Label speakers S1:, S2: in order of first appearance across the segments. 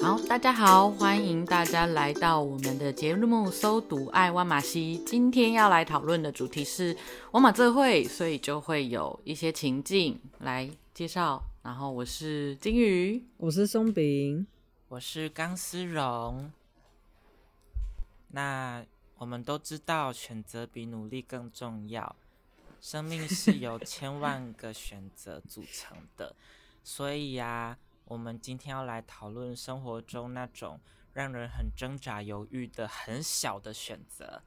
S1: 好，大家好，欢迎大家来到我们的节目《搜读爱万马西》。今天要来讨论的主题是我马这会，所以就会有一些情境来介绍。然后我是金鱼，
S2: 我是松饼，
S3: 我是钢丝绒。那我们都知道，选择比努力更重要。生命是由千万个选择组成的，所以呀、我们今天要来讨论生活中那种让人很挣扎、犹豫的很小的选择。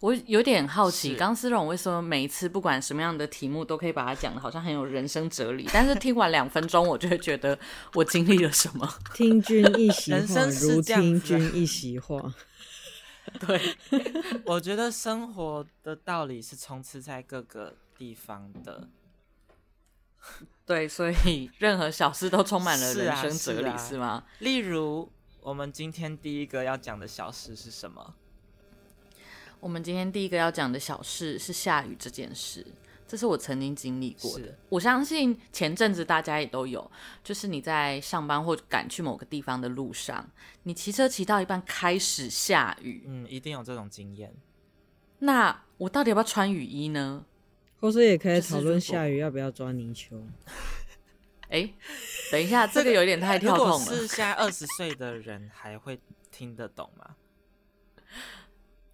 S1: 我有点好奇，
S3: 是
S1: 钢丝绒为什么每一次不管什么样的题目都可以把它讲的好像很有人生哲理，但是听完两分钟，我就会觉得我经历了什么。
S2: 听君一席
S3: 人
S2: 话，
S3: 生是
S2: 如
S3: 这样
S2: 听
S3: 子啊
S2: 君一席话。
S1: 对，
S3: 我觉得生活的道理是充斥在各个地方的。
S1: 对，所以任何小事都充满了
S3: 是
S1: 人
S3: 啊
S1: 生哲理，
S3: 是啊
S1: 是吗？
S3: 例如，我们今天第一个要讲的小事是什么？
S1: 我们今天第一个要讲的小事是下雨这件事，这是我曾经经历过的
S3: 是。
S1: 我相信前阵子大家也都有，就是你在上班或赶去某个地方的路上，你骑车骑到一半开始下雨，
S3: 嗯，一定有这种经验。
S1: 那我到底要不要穿雨衣呢？
S2: 或是也可以
S1: 就是
S2: 讨
S1: 如果
S2: 论下雨要不要抓泥鳅。
S1: 哎，等一下，这个有点太跳
S3: 呃如
S1: 痛
S3: 果
S1: 了
S3: 是。现在二十岁的人还会听得懂 吗？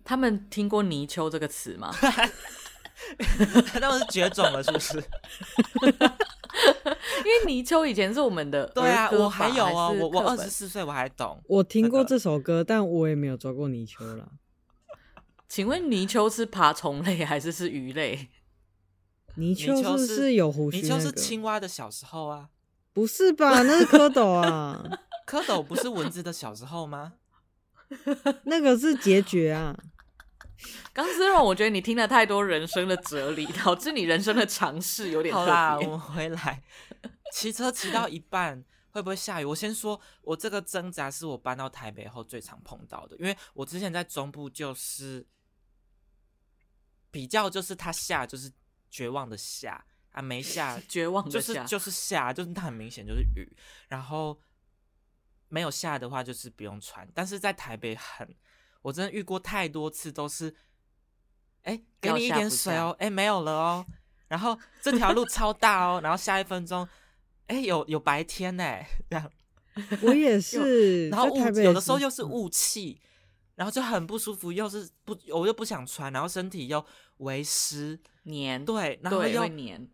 S1: 他们听过泥鳅这个词吗？
S3: 那我是绝种了，是不是？
S1: 因为泥鳅以前是我们的
S3: 对啊，
S1: 儿歌
S3: 我还
S1: 吧
S3: 有哦，
S1: 是
S3: 我我
S1: 课
S3: 二
S1: 本
S3: 十四岁我还懂。
S2: 我听过
S3: 这
S2: 这首歌，但我也没有抓过泥鳅啦。
S1: 请问泥鳅是爬虫类还是是鱼类？
S2: 泥
S3: 泥
S2: 鳅是
S3: 鳅
S2: 不
S3: 是
S2: 是有胡须
S3: 泥
S2: 那
S3: 鳅
S2: 个？
S3: 是青蛙的小时候啊，
S2: 不是吧？那是蝌蚪啊，
S3: 蝌蚪不是蚊子的小时候吗？
S2: 那个是孑孓啊。
S1: 钢丝绒，我觉得你听了太多人生的哲理，导致你人生的尝试有点特
S3: 好啦，我
S1: 别。
S3: 们回来。骑车骑到一半会不会下雨？我先说，我这个挣扎是我搬到台北后最常碰到的，因为我之前在中部就是比较就是它下就是绝望的下啊，没下
S1: 绝望
S3: 就
S1: 的
S3: 是
S1: 下，
S3: 就是下，就是它很明显就是雨，然后没有下的话就是不用穿。但是在台北很，我真的遇过太多次都是，哎、给
S1: 要
S3: 你一
S1: 下
S3: 点
S1: 不
S3: 水
S1: 下
S3: 哦，哎、没有了哦，然后这条路超大哦，然后下一分钟。哎、有有白天呢、这样，
S2: 我也是，
S3: 然
S2: 嗯
S3: 后
S2: 在
S3: 雾
S2: 台北
S3: 有
S2: 也
S3: 的时候
S2: 是嗯
S3: 又是雾气，然后就很不舒服，又是不我又不想穿，然后身体又为湿，
S1: 黏，
S3: 对，然后
S1: 对，
S3: 又
S1: 会黏。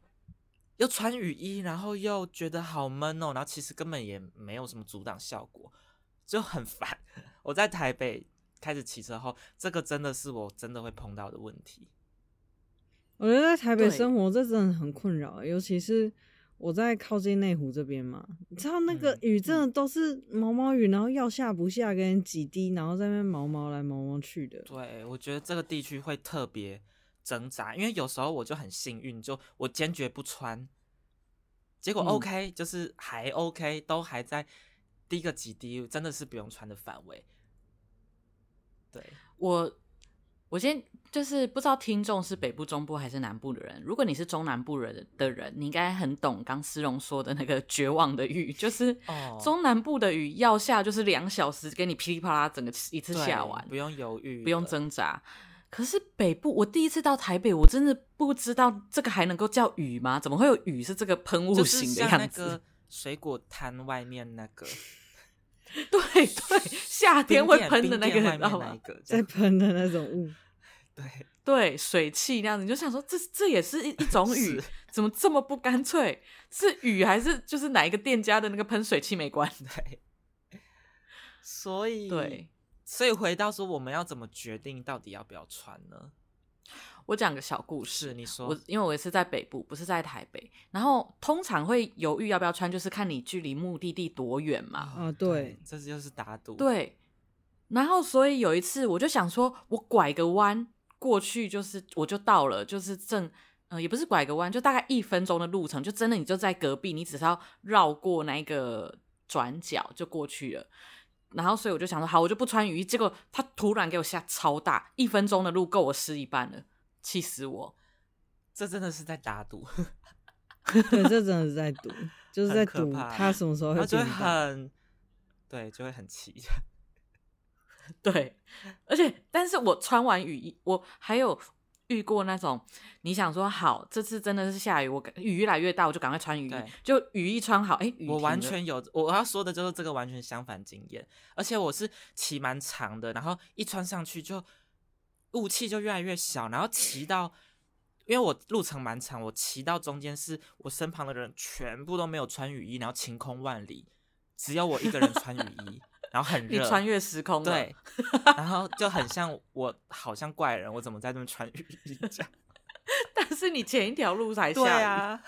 S3: 又穿雨衣，然后又觉得好闷哦，然后其实根本也没有什么阻挡效果，就很烦。 我在台北开始骑车后，这个真的是我真的会碰到的问题。
S2: 我觉得在台北
S1: 对
S2: 生活这真的很困扰，欸尤其是我在靠近内湖这边嘛，你知道那个
S3: 嗯
S2: 雨真的都是毛毛雨，然后要下不下，跟几滴，然后在那边毛毛来毛毛去的。
S3: 对，我觉得这个地区会特别挣扎，因为有时候我就很幸运，就我坚决不穿，结果
S1: 嗯
S3: OK，、就是还 OK，都还在滴个几滴，真的是不用穿的范围。对，
S1: 我我先就是不知道听众是北部、中部还是南部的人。如果你是中南部人的人，你应该很懂刚丝绒说的那个绝望的雨， 就是
S3: 哦
S1: 中南部的雨要下就是两小时，给你噼里啪啦整个一次
S3: 对
S1: 下完，
S3: 不用犹豫了，
S1: 不用挣扎。可是北部，我第一次到台北，我真的不知道这个还能够叫雨吗？怎么会有雨是这个喷雾
S3: 就是
S1: 型的
S3: 像那
S1: 样子
S3: 个？水果摊外面那个
S1: 对对，夏天
S3: 冰
S1: 会
S3: 店
S1: 喷的那
S3: 冰
S1: 个，
S3: 店
S1: 你
S3: 外
S1: 知
S3: 面
S1: 道
S3: 那一
S1: 吗？
S3: 个，这
S2: 在
S3: 样
S2: 喷的那种雾，
S3: 对，
S1: 对水汽那样子，你就想说这这也是一一种雨，怎么这么不干脆？是雨还是就是哪一个店家的那个喷水器没关？
S3: 对，所以
S1: 对，
S3: 所以回到说我们要怎么决定到底要不要穿呢？
S1: 我讲个小故事，啊
S3: 是你说
S1: 我因为我也是在北部，不是在台北，然后通常会犹豫要不要穿，就是看你距离目的地多远嘛。
S3: 啊
S2: 啊对
S3: 这就是打赌。，
S1: 对，然后所以有一次我就想说，我拐个弯过去，就是我就到了，就是正。呃，也不是拐个弯，就大概一分钟的路程，就真的你就在隔壁，你只是要绕过那一个转角就过去了。然后，所以我就想说，好，我就不穿雨衣。结果他突然给我下超大，一分钟的路够我湿一半了，气死我！
S3: 这真的是在打赌，
S2: 对，这真的是在赌，就是
S3: 很
S2: 在
S3: 可
S2: 赌
S3: 怕啊
S2: 他什么时候
S3: 然后
S2: 会
S3: 就会
S2: 变大。
S3: 很，对，就会很气。
S1: 对，而且但是我穿完雨衣，我还有遇过那种，你想说好，这次真的是下雨，我赶雨越来越大，我就赶快穿雨衣
S3: 对，
S1: 就雨衣穿好，哎、雨
S3: 我
S1: 停
S3: 完
S1: 了
S3: 全有，我要说的就是这个完全相反经验，而且我是骑蛮长的，然后一穿上去就雾气就越来越小，然后骑到，因为我路程蛮长，我骑到中间是我身旁的人全部都没有穿雨衣，然后晴空万里，只有我一个人穿雨衣，然后很
S1: 你
S3: 热，
S1: 穿越时空了，
S3: 对，然后就很像我好像怪人，我怎么在这边穿雨衣这样？
S1: 但是你前一条路 才下雨，
S3: 对啊，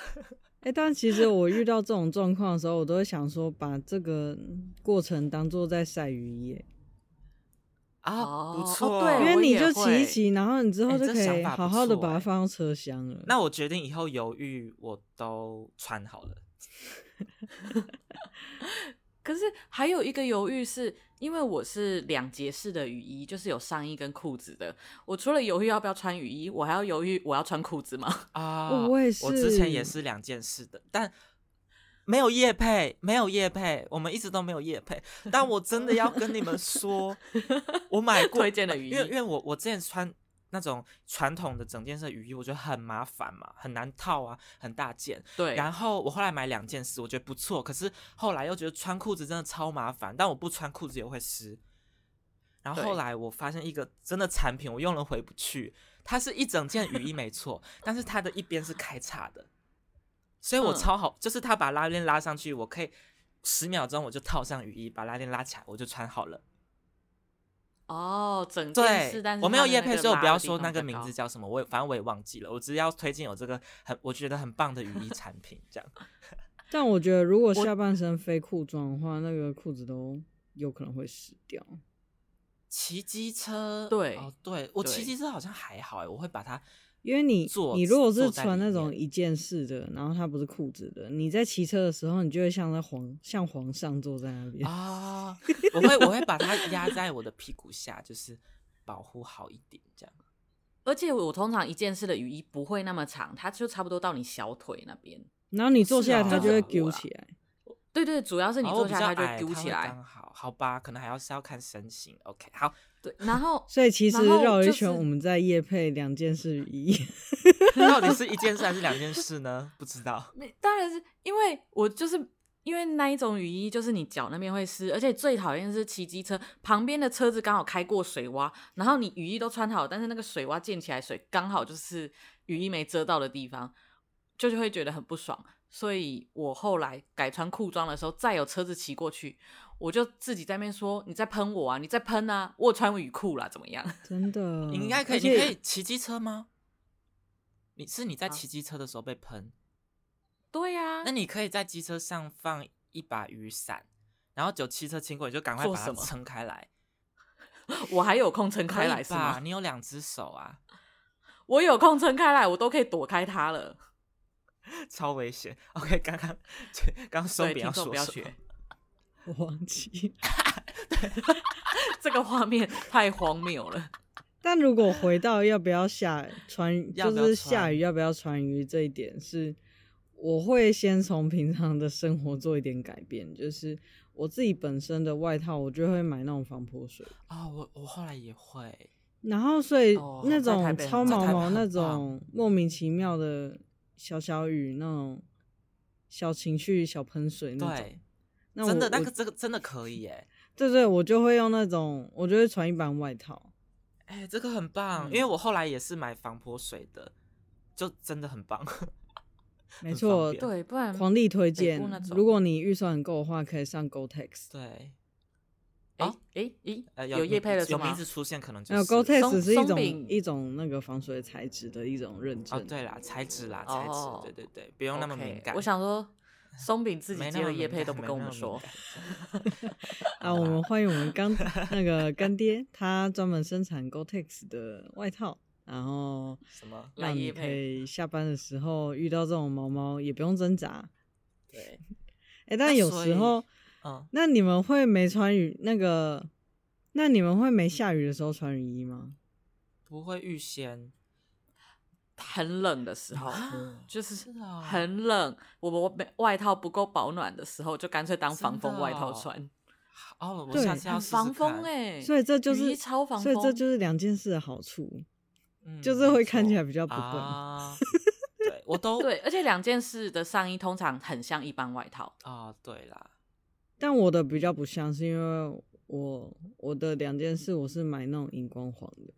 S2: 哎、但其实我遇到这种状况的时候，我都会想说，把这个过程当做在晒雨衣耶，
S3: 啊、
S1: 哦
S3: 不
S1: 哦
S3: 错，
S1: 对
S2: 因为
S1: 我
S2: 你
S1: 也
S2: 就
S1: 会
S2: 骑一骑，然后你之后
S3: 哎
S2: 就
S3: 这
S2: 可
S3: 想
S2: 以
S3: 法不
S2: 好好的把
S3: 错哎
S2: 它放到车厢
S1: 嗯
S2: 了。
S3: 那我决定以后犹豫我都穿好了。
S1: 可是还有一个犹豫是，因为我是两节式的雨衣，就是有上衣跟裤子的。我除了犹豫要不要穿雨衣，我还要犹豫我要穿裤子吗？
S3: 啊、
S2: 哦我也
S3: 我之前也
S2: 是
S3: 是两件事的，但没有叶配，没有叶配，我们一直都没有叶配。但我真的要跟你们说，我买过
S1: 推荐的雨
S3: 因为因
S1: 衣，
S3: 为我我之前穿那种传统的整件式的雨衣，我觉得很麻烦嘛，很难套啊，很大件。
S1: 对，
S3: 然后我后来买两件事，我觉得不错，可是后来又觉得穿裤子真的超麻烦，但我不穿裤子也会湿。然后
S1: 对
S3: 后来我发现一个真的产品，我用了回不去，它是一整件雨衣没错，但是它的一边是开叉的，所以我
S1: 嗯
S3: 超好，就是它把拉链拉上去，我可以十秒钟我就套上雨衣，把拉链拉起来，我就穿好了。
S1: 哦，整件事，
S3: 对
S1: 但，是
S3: 我没有叶配，
S1: 配，
S3: 所以我不要说那
S1: 个拉的
S3: 个
S1: 地
S3: 名
S1: 方比较高
S3: 字叫什么，我也反正我也忘记了，我只要推荐有这个很我觉得很棒的雨衣产品，这样。
S2: 但我觉得如果
S3: 我
S2: 下半身非裤装的话，那个裤子都有可能会湿掉。
S3: 骑机车，
S1: 对
S3: 哦，对我
S1: 对
S3: 骑机车好像还好哎，我会把它
S2: 因为你
S3: 坐
S2: 你如果是
S3: 坐在
S2: 穿
S3: 里
S2: 那种
S3: 面
S2: 一件式的，然后它不是裤子的，你在骑车的时候，你就会像在皇像皇上坐在那边。
S3: 啊，我会我会把它压在我的屁股下，就是保护好一点这样。
S1: 而且我通常一件式的雨衣不会那么长，它就差不多到你小腿那边。
S2: 然后你坐
S3: 是
S2: 下来，
S3: 啊
S2: 它就会
S1: 这样
S2: 揪
S1: 我
S2: 起来。
S1: 对对，主要是你
S3: 然后我
S1: 坐
S3: 哦比
S1: 下它
S3: 较
S1: 就
S3: 矮
S1: 会揪
S3: 它
S1: 起
S3: 会
S1: 来。
S3: 刚好好吧，可能还要是要看身形。OK，好，
S1: 对，然后
S2: 所以其实
S1: 然后
S2: 绕一
S1: 就是
S2: 圈，我们在夜配两件事雨衣。
S3: 到底是一件事还是两件事呢？不知道。
S1: 没当然是因为我就是因为那一种雨衣，就是你脚那边会湿，而且最讨厌是骑机车旁边的车子刚好开过水洼，然后你雨衣都穿好，但是那个水洼溅起来水刚好就是雨衣没遮到的地方，就是会觉得很不爽。所以我后来改穿裤装的时候，再有车子骑过去，我就自己在那边说：“你在喷我啊，你在喷啊，我有穿雨裤啦，怎么样
S2: 真的，
S3: 你应该可
S2: 嗯
S3: 以，
S2: 而
S3: 你可以
S2: 且
S3: 骑机车吗？你是你在
S1: 啊
S3: 骑机车的时候被喷，？”
S1: 对呀、
S3: 那你可以在机车上放一把雨伞，然后有汽车经过你就赶快
S1: 做
S3: 把它
S1: 什么
S3: 撑开来。
S1: 我还有空撑
S3: 可
S1: 开
S3: 以
S1: 来是
S3: 吧？
S1: 吗？
S3: 你有两只手啊，
S1: 我有空撑开来，我都可以躲开它了。
S3: 超危险。OK，刚刚刚刚松
S1: 对，
S3: 饼
S1: 听
S3: 要
S1: 众
S3: 说
S1: 不要
S3: 什么
S1: 学，
S2: 我忘记。
S1: 这个画面太荒谬了。
S2: 但如果回到要不要下穿，
S3: 要
S2: 就
S3: 不要
S2: 是下
S3: 穿
S2: 雨要不要穿雨衣这一点是，我会先从平常的生活做一点改变，就是我自己本身的外套，我就会买那种防泼水，
S3: 哦，我我后来也会，
S2: 然后所以
S1: 哦
S2: 那
S1: 在台
S2: 种
S1: 北
S2: 超
S1: 很
S2: 毛
S3: 在台北
S2: 毛
S3: 很
S2: 那
S3: 棒
S2: 种莫名其妙的小小雨那种小情绪小喷水那种，
S3: 对，
S2: 嗯那
S3: 真的
S2: 我
S3: 那
S2: 我
S3: 个这个真的可以耶。
S2: 对对，我就会用那种，我就会穿一般外套。
S3: 哎、哎、这个很棒，因为我后来也是买防泼水的，就真的很棒。
S2: 没
S3: 很
S2: 错
S3: 方，便
S1: 对，不然
S2: 狂力推
S1: 北
S2: 荐
S1: 部那。种
S2: 如果你预算很够的话，可以上 GoTex。
S3: 对，
S1: 哎
S3: 哦
S1: 哎哎，
S3: 呃，
S1: 有叶配了是
S3: 有
S1: 吗
S3: 名字出现，可能就
S2: 没有
S3: 是
S2: GoTex
S1: 松
S2: 只呃是一
S1: 松
S2: 种
S1: 饼啊
S2: 一种那个防水材质的一种认证。
S3: 哦，对啦，材质啦，材质，
S1: 哦
S3: 对对对，不用那么
S1: OK，
S3: 敏感。
S1: 我想说，松饼自己
S3: 没
S1: 接
S3: 那么
S1: 了叶
S3: 敏
S1: 配
S3: 感
S1: 都不
S3: 没
S1: 跟我
S3: 那
S1: 们
S3: 么
S1: 说
S3: 敏，
S2: 啊，我们欢迎我 们干那个干爹，他专门生产 GoTex 的外套，然后
S3: 什么？
S1: 来
S2: 让
S1: 夜
S2: 你
S1: 配
S2: 可以下班的时候遇到这种毛毛也不用挣扎。
S3: 对，
S2: 哎、
S1: 啊
S2: 但有
S3: 所
S2: 时
S3: 以
S2: 候，
S3: 嗯，
S2: 那你们会没穿雨那个？那你们会没下雨的时候穿雨衣吗？
S3: 不会预先。
S1: 很冷的时候，就是
S3: 是哦
S1: 很冷，我我没外套不够保暖的时候，就干脆当
S3: 真
S1: 防风
S3: 的
S1: 外套
S3: 哦
S1: 穿，
S3: 哦，我
S2: 对
S3: 下次要
S1: 很
S3: 试试
S1: 防风
S3: 看，
S1: 哎，
S2: 所以这就
S1: 雨
S2: 是
S1: 衣超防
S2: 所以这
S1: 风
S2: 就是两件事的好处，
S3: 嗯
S2: 就是
S3: 没
S2: 会看起
S3: 错
S2: 来比较不 笨。
S3: 啊 对，我都
S1: 对，而且两件事的上衣通常很像一般外套，
S3: 啊，对啦，
S2: 但我的比较不像，是因为我我的两件事我是买那种荧光黄的，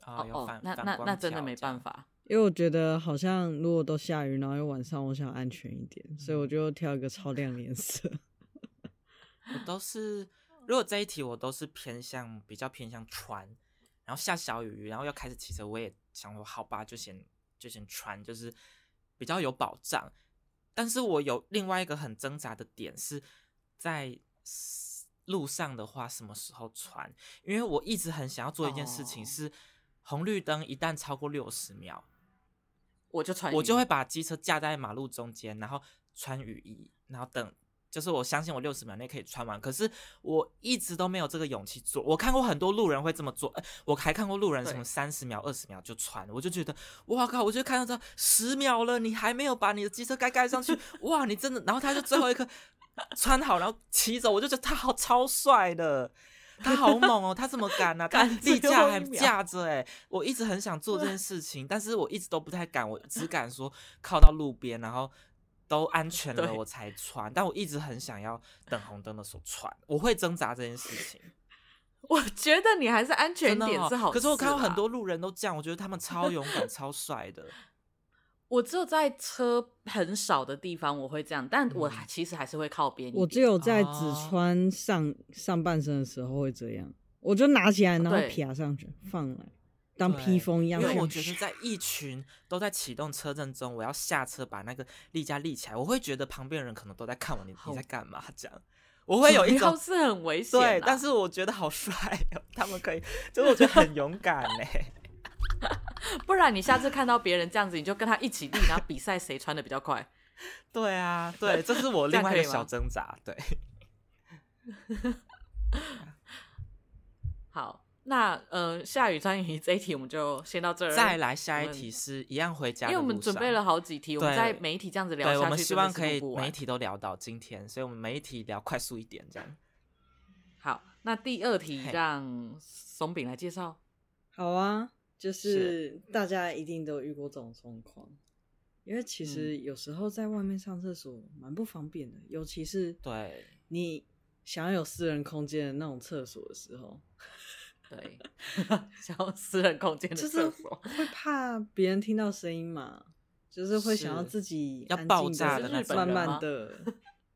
S3: 啊，
S1: 哦
S3: 有
S1: 哦
S3: 反，
S1: 那
S3: 反
S1: 那
S3: 光
S1: 那真的
S3: 条
S1: 没
S3: 这样
S1: 办法，
S2: 因为我觉得好像如果都下雨，然后又晚上，我想安全一点，所以我就挑一个超亮的颜色。
S3: 我都是，如果这一题我都是偏向比较偏向穿，然后下小雨，然后要开始骑车，我也想说好吧，就先就先穿，就是比较有保障。但是我有另外一个很挣扎的点是在路上的话，什么时候穿？因为我一直很想要做一件事情
S1: 哦
S3: 是，红绿灯一旦超过六十秒，
S1: 我就穿雨衣，
S3: 我就会把机车架在马路中间，然后穿雨衣，然后等。就是我相信我六十秒内可以穿完，可是我一直都没有这个勇气做。我看过很多路人会这么做，呃、我还看过路人
S1: 对
S3: 什么三十秒、二十秒就穿，我就觉得哇靠！我就看到这十秒了，你还没有把你的机车盖盖上去， 哇，你真的。然后他就最后一刻穿好，然后骑走，我就觉得他好超帅的，他好猛哦，他怎么敢啊？他
S1: 赶
S3: 立
S1: 最后
S3: 架
S1: 一
S3: 还
S1: 秒
S3: 架着哎、我一直很想做这件事情，但是我一直都不太敢，我 只敢说靠到路边，然后都安全了
S1: 对
S3: 我才穿。但我一直很想要等红灯的时候穿，我会挣扎这件事情。
S1: 我觉得你还是安全
S3: 真的
S1: 点
S3: 哦
S1: 是好事啦，
S3: 可是我看到很多路人都这样，我觉得他们超勇 敢、超帅的。
S1: 我只有在车很少的地方我会这样，但我
S3: 嗯
S1: 还其实还是会靠边一点。
S2: 我只有在只
S3: 哦
S2: 穿上上半身的时候会这样，我就拿起来，然后
S1: 对
S2: 撇上去放来，当
S3: 哦对
S2: 披风一样
S3: 因
S2: 这
S3: 为我
S2: 样
S3: 觉得
S2: 咻。
S3: 在一群都在启动车阵中，我要下车把那个立架立起来，我会觉得旁边人可能都在看我，你
S1: 好
S3: 你在干嘛？这样，我会有一种
S1: 主要是很危险啊、
S3: 对，但是我觉得好帅哦， 他们可以，就是我觉得很勇 敢欸嘞。
S1: 不然你下次看到别人这样子，你就跟他一起立，然后比赛谁穿的比较快。
S3: 对啊， 对，这是我
S1: 这样
S3: 另外一
S1: 可
S3: 个
S1: 以吗
S3: 小挣扎。 对，
S1: 好，那呃，下雨穿雨衣这一题我们就先到这儿。
S3: 再，来下
S1: 我
S3: 一
S1: 们
S3: 题是一样回家
S1: 嗯因
S3: 的
S1: 为我们
S3: 路
S1: 准
S3: 上
S1: 备了好几题，我们
S3: 对
S1: 在每一题这样子聊下
S3: 对，
S1: 去，
S3: 我们希望可
S1: 真的
S3: 以
S1: 是录不
S3: 每一
S1: 完。
S3: 题都聊到今天，所以我们每一题聊快速一点，这样。
S1: 好，那第二题
S3: 嘿
S1: 让松饼来介绍。
S2: 好啊，就是
S3: 是
S2: 大家一定都有遇过这种状况，因为
S3: 嗯
S2: 其实有时候在外面上厕所蛮不方便的，尤其是
S3: 对，
S2: 你想要有私人空间的那种厕所的时候，
S1: 对， 想要私人空间的
S2: 就是
S1: 厕所，
S2: 会怕别人听到声音嘛，就是会想要
S3: 是
S2: 自己
S3: 要
S2: 安静
S3: 爆
S2: 地
S3: 炸
S1: 的那种
S2: 慢
S1: 人
S2: 慢
S1: 吗
S2: 的，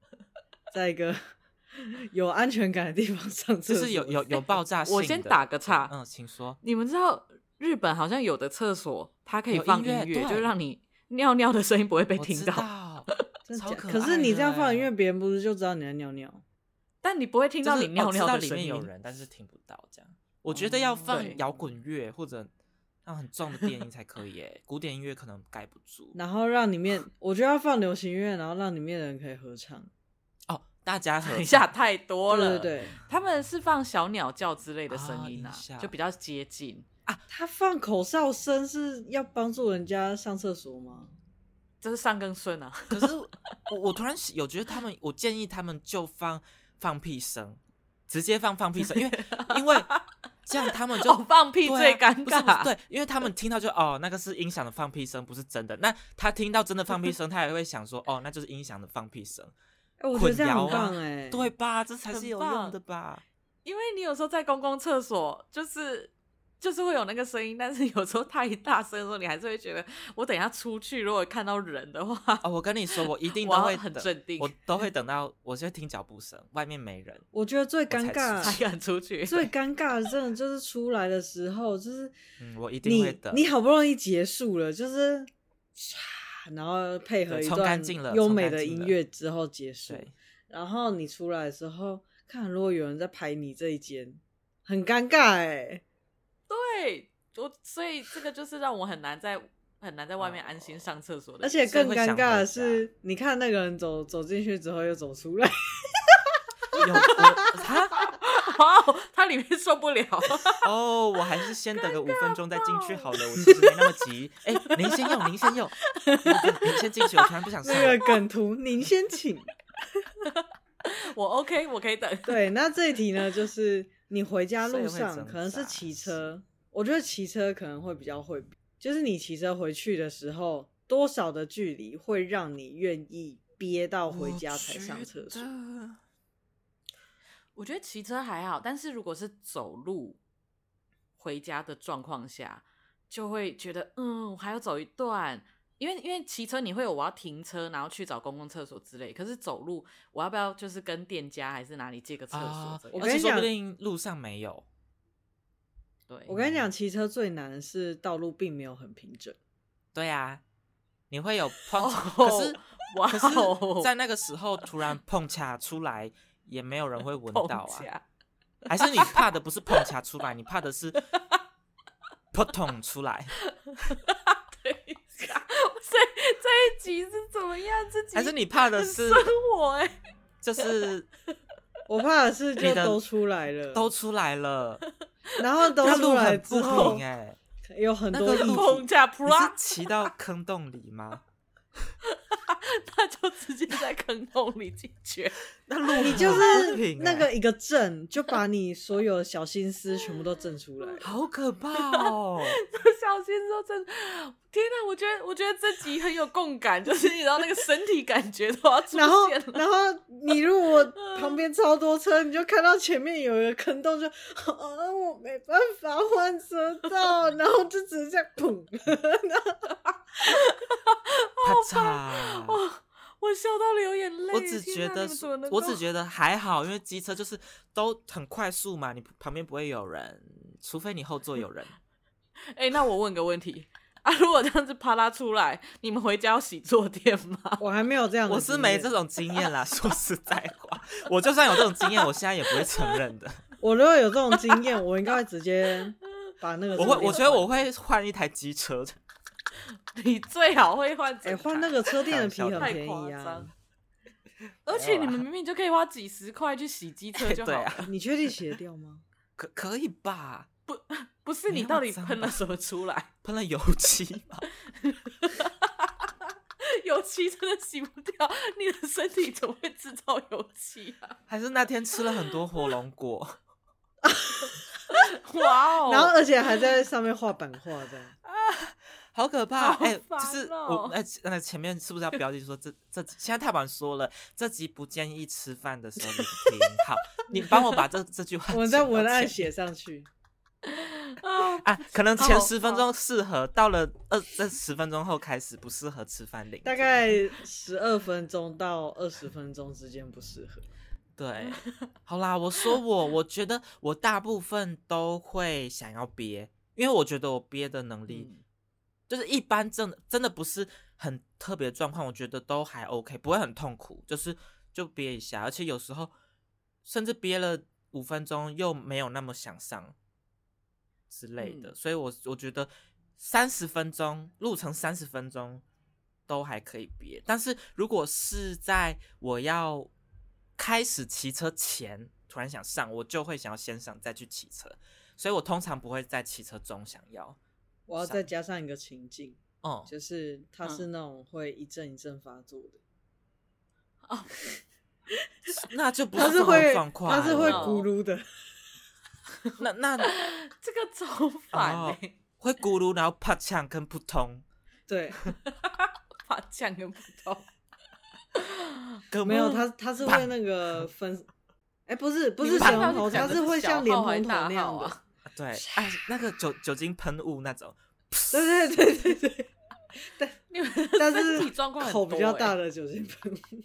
S2: 在一个 有安全感的地方上厕
S3: 就
S2: 所，
S3: 是有有有爆炸性的。
S1: 我先打个岔
S3: 嗯，请说。
S1: 你们知道日本好像有的厕所它可以
S3: 有
S1: 放
S3: 音乐
S1: 音乐，
S3: 对
S1: 就让你尿尿的声音不会被
S3: 我
S1: 听
S3: 知
S1: 到，
S3: 道，
S2: 真
S3: 超
S2: 假
S3: 可
S2: 可
S3: 爱
S2: 是你这样
S3: 的
S2: 放音
S3: 欸
S2: 乐，别人不是就知道你在尿尿？
S1: 但你不 会听
S3: 就
S1: 到
S3: 是
S1: 你尿
S3: 哦知
S1: 尿
S3: 道
S1: 的
S3: 里
S1: 声
S3: 面
S1: 音。
S3: 有人，但是听不到这样。我觉得要
S2: 哦
S1: 对
S3: 放摇滚乐或者那种很重的电音才可以，诶，古典音乐可能盖不住。
S2: 然后让里 面，我就要放流行乐，然后让里面的人可以合唱。
S3: 哦，大家 合
S1: 等一下
S3: 唱
S1: 太多
S2: 对
S1: 了，
S2: 对对，
S1: 他们是放小鸟叫之类的声音啊，
S3: 啊音效
S1: 就比较接近。
S2: 他放口哨声是要帮助人家上厕所吗？
S1: 这是上根顺啊，
S3: 可是我我突然有觉得他们，我建议他们就放放屁声，直接放放屁声，因为因为这样他们 就
S1: 哦， 放屁
S3: 对啊
S1: 最尴
S3: 不是不
S1: 尬。
S3: 是对，因为他们听到就哦，那个是音响的放屁声，不是真的。那他听到真的放屁声，他也会想说哦，那就是音响的放屁声，
S2: 哎，我觉得
S3: 混
S2: 这样
S3: 淆
S2: 很
S3: 啊
S2: 棒哎、
S3: 对吧？这才
S1: 很
S3: 是有
S1: 棒
S3: 用的吧？
S1: 因为你有时候在公共厕所，就是就是会有那个声音，但是有时候太大声的时候，你还是会觉得，我等一下出去如果看到人的话，
S3: 哦，我跟你说，我一定
S1: 我
S3: 都
S1: 要
S3: 会
S1: 很
S3: 等
S1: 镇定
S3: 我都会等到，我就会听脚步声，外面没人。
S2: 我觉得最
S3: 才
S2: 尴
S1: 才
S2: 尬、
S1: 敢出去。
S2: 最尴尬的，真的就是出来的时候，就是
S3: 嗯，我一定
S2: 你
S3: 会等。
S2: 你好不容易结束了，就是唰然后配合
S3: 对
S2: 一
S3: 冲
S2: 段
S3: 干净了
S2: 优
S3: 冲
S2: 美
S3: 干
S2: 的
S3: 净
S2: 音
S3: 了
S2: 乐之后结束，
S3: 对，
S2: 然后你出来的时候，看如果有人在排你这一间，很尴尬哎、
S1: 对，我所以这个就是让我很难在很难在外面安心上厕所的
S2: 哦而
S1: 原因。
S2: 且更
S3: 会
S2: 尴
S3: 想
S2: 尬的
S3: 回
S2: 是，你看那个人走走进去之后又走出来，
S3: 有我哈
S1: 哇哦， 它里面受不了，
S3: 哦，我还是先等个五分钟再进去好了，我其实没 那么急。哎，您先用，您先用，您先进去，我突然不想上。
S2: 那个梗图，您先请。
S1: 我 OK，我可以等。
S2: 对，那这一题呢，就是你回家
S3: 所以
S2: 路
S3: 会
S2: 上
S3: 挣
S2: 可能是
S3: 扎
S2: 骑
S3: 是
S2: 车，我觉得骑车可能会比较会，就是你骑车回去的时候，多少的距离会让你愿意憋到回家才上厕所？。
S1: 我觉得骑车还好，但是如果是走路回家的状况下，就会觉得嗯，我还要走一段，因为因为骑车你会有我要停车，然后去找公共厕所之类。可是走路，我要不要就是跟店家还是哪里借个厕所
S3: 啊
S1: 这样？
S2: 我
S3: 而
S2: 跟
S3: 且
S2: 你
S3: 说
S2: 讲
S3: 不定路上没有。
S1: 对，
S2: 我跟你讲，骑车最难的是道路并没有很平整，
S3: 对啊，你会 有碰，
S1: 哦
S3: 可是
S1: 哇
S3: 可
S1: 哦
S3: 是在那个时候突然碰恰出来，也没有人会闻
S1: 碰
S3: 到啊。
S1: 恰
S3: 还是你怕的不是碰恰出来，你怕 的是扑通出来，
S1: 等一下，啊所以这一集是怎么样？自己
S3: 还是你怕的
S1: 很
S3: 是
S1: 生活哎、
S3: 就是
S2: 我怕的是就
S3: 你的
S2: 都出来了，
S3: 都出来了，
S2: 然后都
S3: 那
S2: 出
S3: 路
S2: 来
S3: 很
S2: 之
S3: 不
S2: 后
S3: 平，哎、
S2: 有很
S3: 那
S2: 多
S3: 个
S2: 异
S3: 路
S2: 体
S1: 碰恰扑
S3: 你
S1: 啦
S3: 是，骑到坑洞里吗？
S1: 他就直接在坑洞里解 决。
S3: 那路
S2: 你就
S3: 很不
S2: 是
S3: 平
S2: 那
S3: 哎
S2: 个一个震，就把你所有的小心思全部都震出 来。
S3: 好可怕 哦！
S1: 小心说真的，天哪！我觉得，我觉得这集很有共感，就是你知道那个身体感觉都要出
S2: 然后
S1: 现，了。
S2: 然后你如 果
S3: 嗯
S2: 旁边超多车，你就看到前面有一个坑洞就， 啊，我没办法换车道， 然后就只是这样砰。
S3: 啪嚓！
S1: 我笑到流眼泪。
S3: 我只觉得是，我只觉得还好，因为机车就是都很快速嘛，你旁边不会有人，除非你后座有 人。
S1: 得，哎、那我问个问题 啊，如果这样子啪啦出来，你们回家要洗坐垫吗？
S2: 我还没有这样的
S3: 我
S2: 经
S3: 是
S2: 验，
S3: 没这种经验啦， 说实在话，我就算有这种经验，我现在也不会承认的。
S2: 我如果有这种经验， 我应该会直接把那个
S3: 我
S2: 车
S3: 会，我
S2: 垫
S3: 觉得我会换一台机车。
S1: 你最好会换整
S2: 哎
S1: 台，
S2: 换那个车垫的皮很
S1: 太
S2: 便
S1: 夸
S2: 宜啊
S1: 张。。 而且你们明明就可以花几十块去洗机车就好
S3: 对
S1: 了，
S3: 啊，
S2: 你确定洗得掉 吗？
S3: 可可以吧？
S1: 不是
S3: 你
S1: 你
S3: 那
S1: 到
S3: 么
S1: 底
S3: 脏
S1: 喷了
S3: 吧
S1: 什么出来？
S3: 喷了油漆吧，
S1: 油漆真的洗不掉，你的身体怎么会制造油漆啊？
S3: 还是那天吃了很多火龙果？
S1: 哇哦！
S2: 然后而且还在上面画版画这样。
S3: 好可怕！
S1: 好
S3: 哎、
S1: 烦
S3: 就是
S1: 哦
S3: 我那那前面是不是要标记说这这现在太晚说了，这集不建议吃饭的时候聆听。好，你帮我把这这句话
S2: 我们在
S3: 剪到
S2: 文案
S3: 前
S2: 写上去。
S1: 啊
S3: 啊，可能
S1: 好
S3: 前十分钟适合，到了二这十分钟后开始不适合吃饭聆听
S2: 大概十二分钟到二十分钟之间不适合。
S3: 对，好啦，我说我，我觉得我大部分都会想要憋，因为我觉得我憋的能力，
S1: 嗯
S3: 就是一般真的真的不是很特别的状况，我觉得都还 OK，不会很痛苦，就是就憋一下，而且有时候甚至憋了五分钟又没有那么想上之类的，
S1: 嗯
S3: 所以我我觉得三十分钟路程三十分钟都还可以憋，但是如果是在我要开始骑车前突然想上，我就会想要先上再去骑车，所以我通常不会在骑车中想要。
S2: 我要再加上一个情境，
S3: 哦、
S2: 就是它是那种会一阵一阵发作的，
S3: 那就不
S2: 它
S3: 这种
S2: 会
S3: 状况啊了，
S2: 它是会
S1: 哦
S2: 咕噜的，
S3: 那那
S1: 这个超烦
S3: 哦
S1: 哎、
S3: 会咕噜，然后啪呛跟扑通，
S2: 对，
S1: 把酱跟葡萄，
S3: 跟
S2: 没有它它是会那个分，哎，不是不是
S1: 你们看
S2: 神
S1: 到
S2: 龙头，
S1: 你讲
S2: 它
S1: 的
S2: 是会像
S1: 小
S2: 莲
S1: 号还是
S2: 蓬头
S1: 大
S2: 那样
S1: 号
S2: 的
S1: 啊，
S3: 对，哎，那个酒酒精喷雾那种，
S2: 对对对对对，
S1: 你们
S2: 但 是
S1: 身体状况很
S2: 口
S1: 多
S2: 比较
S1: 欸
S2: 大的酒精喷雾，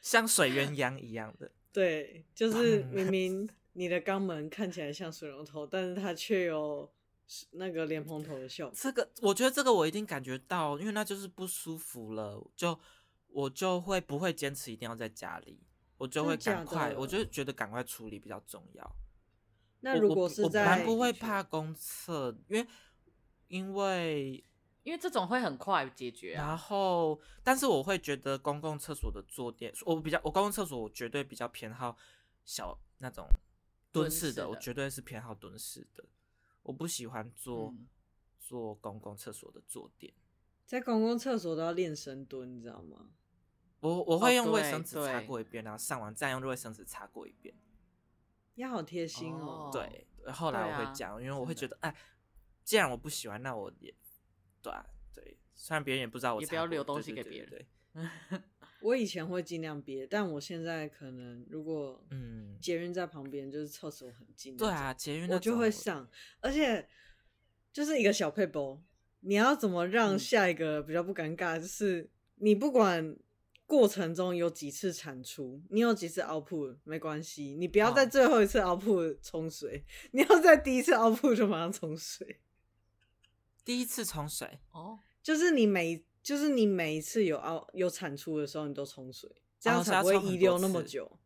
S3: 像水鸳鸯一样的。
S2: 对，就是
S3: 嗯
S2: 明明你的肛门看起来像水龙头，但是它却有那个莲蓬头的效果。
S3: 这个我觉得这个我一定感觉到，因为那就是不舒服了，就我就会不会坚持一定要在家里，我就
S2: 真的
S3: 会赶
S2: 假的
S3: 快，我就觉得赶快处理比较重要。
S2: 那
S3: 我
S2: 如
S3: 我
S2: 果
S3: 不
S2: 是
S3: 我本来
S2: 在
S3: 不会怕公厕，因为因为
S1: 因为这种会很快解决啊。
S3: 然后，但是我会觉得公共厕所的坐垫，我比较我公共厕所我绝对比较偏好小那种蹲
S1: 蹲
S3: 式
S1: 式
S3: 的，我
S1: 的
S3: 绝对是偏好蹲式的，我不喜欢坐、
S1: 嗯
S3: 坐公共厕所的坐垫，
S2: 在公共厕所都要练深蹲，你知道吗？
S3: 我我
S1: 哦
S3: 会用卫
S1: 对
S3: 生纸擦
S1: 对
S3: 过一遍，然后上完再用卫生纸擦过一遍，
S2: 你好贴心
S1: 哦
S2: 哦。
S3: 对，后来
S1: 对
S3: 我
S1: 啊
S3: 会这样，因为我
S1: 真
S3: 会
S1: 的
S3: 觉得，哎，既然我不喜欢，那我也对啊，对，虽然别人也不知道我
S1: 也
S3: 擦
S1: 不要
S3: 过
S1: 留
S3: 对
S1: 东
S3: 对
S1: 西
S3: 对
S1: 给
S3: 对
S1: 别人
S3: 对，
S2: 我以前会尽量憋，但我现在可能如果
S3: 嗯，
S2: 捷运在旁边，就是厕所很近，
S3: 对啊，，捷运那
S2: 我就
S3: 种
S2: 会上，而且就是一个小配包，你要怎么让
S1: 嗯
S2: 下一个比较不尴尬？就是你不管过程中有几次产出，你有几次 output 没关系，你不要在
S3: 嗯
S2: 最后一次 output 冲水，你要在第一次 output 就马上冲水，
S3: 第一次冲水。
S1: 哦，
S2: 就是你每就是你每一次有 out 有产出的时候，你都冲水，这样
S3: 哦是
S2: 才
S3: 要
S2: 不会
S3: 冲很
S2: 遗
S3: 多
S2: 留那么
S3: 次
S2: 久。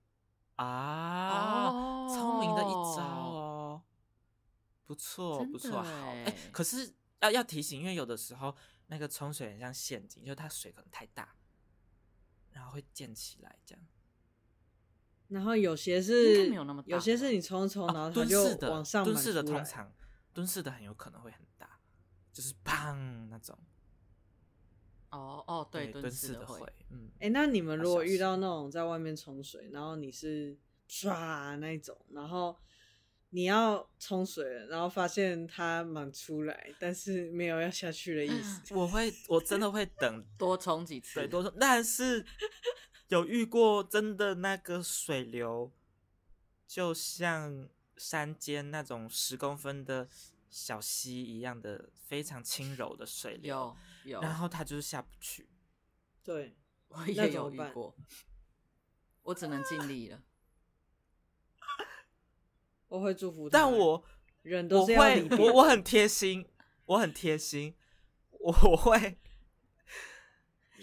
S3: 啊，聪明的一招
S1: 哦
S3: 哦，不错
S1: 真
S3: 不
S1: 的
S3: 错，好哎
S1: 欸，
S3: 可是要要提醒，因为有的时候那个冲水很像陷阱，就是它水可能太大，然后会溅起来这样。
S2: 然后有些
S1: 应
S2: 是
S1: 该没有那么大
S2: 有些
S1: 吧
S2: 是你冲一冲，哦然后
S3: 啊
S2: 它
S3: 蹲
S2: 就
S3: 式的
S2: 往上
S3: 蹲
S2: 满
S3: 式的
S2: 出
S3: 通
S2: 来
S3: 常蹲式的很有可能会很大，就是砰那种。
S1: 哦哦，对，
S3: 蹲
S1: 蹲
S3: 式
S1: 的
S3: 会，嗯，
S2: 哎、那你们
S3: 要
S2: 如果
S3: 小
S2: 遇到
S3: 心，
S2: 那种在外面冲水，然后你是唰那一种，然后你要冲水了，然后发现它满出来，但是没有要下去的意思
S3: 我会我真的会等
S1: 多冲几次，
S3: 对，多说。但是有遇过真的那个水流，就像山间那种十公分的小溪一样的非常轻柔的水流
S1: 有，有，
S3: 然后它就是下不去。
S2: 对，
S1: 我
S2: 那
S1: 也
S2: 怎么
S1: 有遇
S2: 办
S1: 过，我只能尽力了。
S2: 我会祝福它。
S3: 但我
S2: 人都
S3: 我
S2: 是要
S3: 会
S2: 离别
S3: 我
S2: 的
S3: 我很贴心，我很贴心，我我会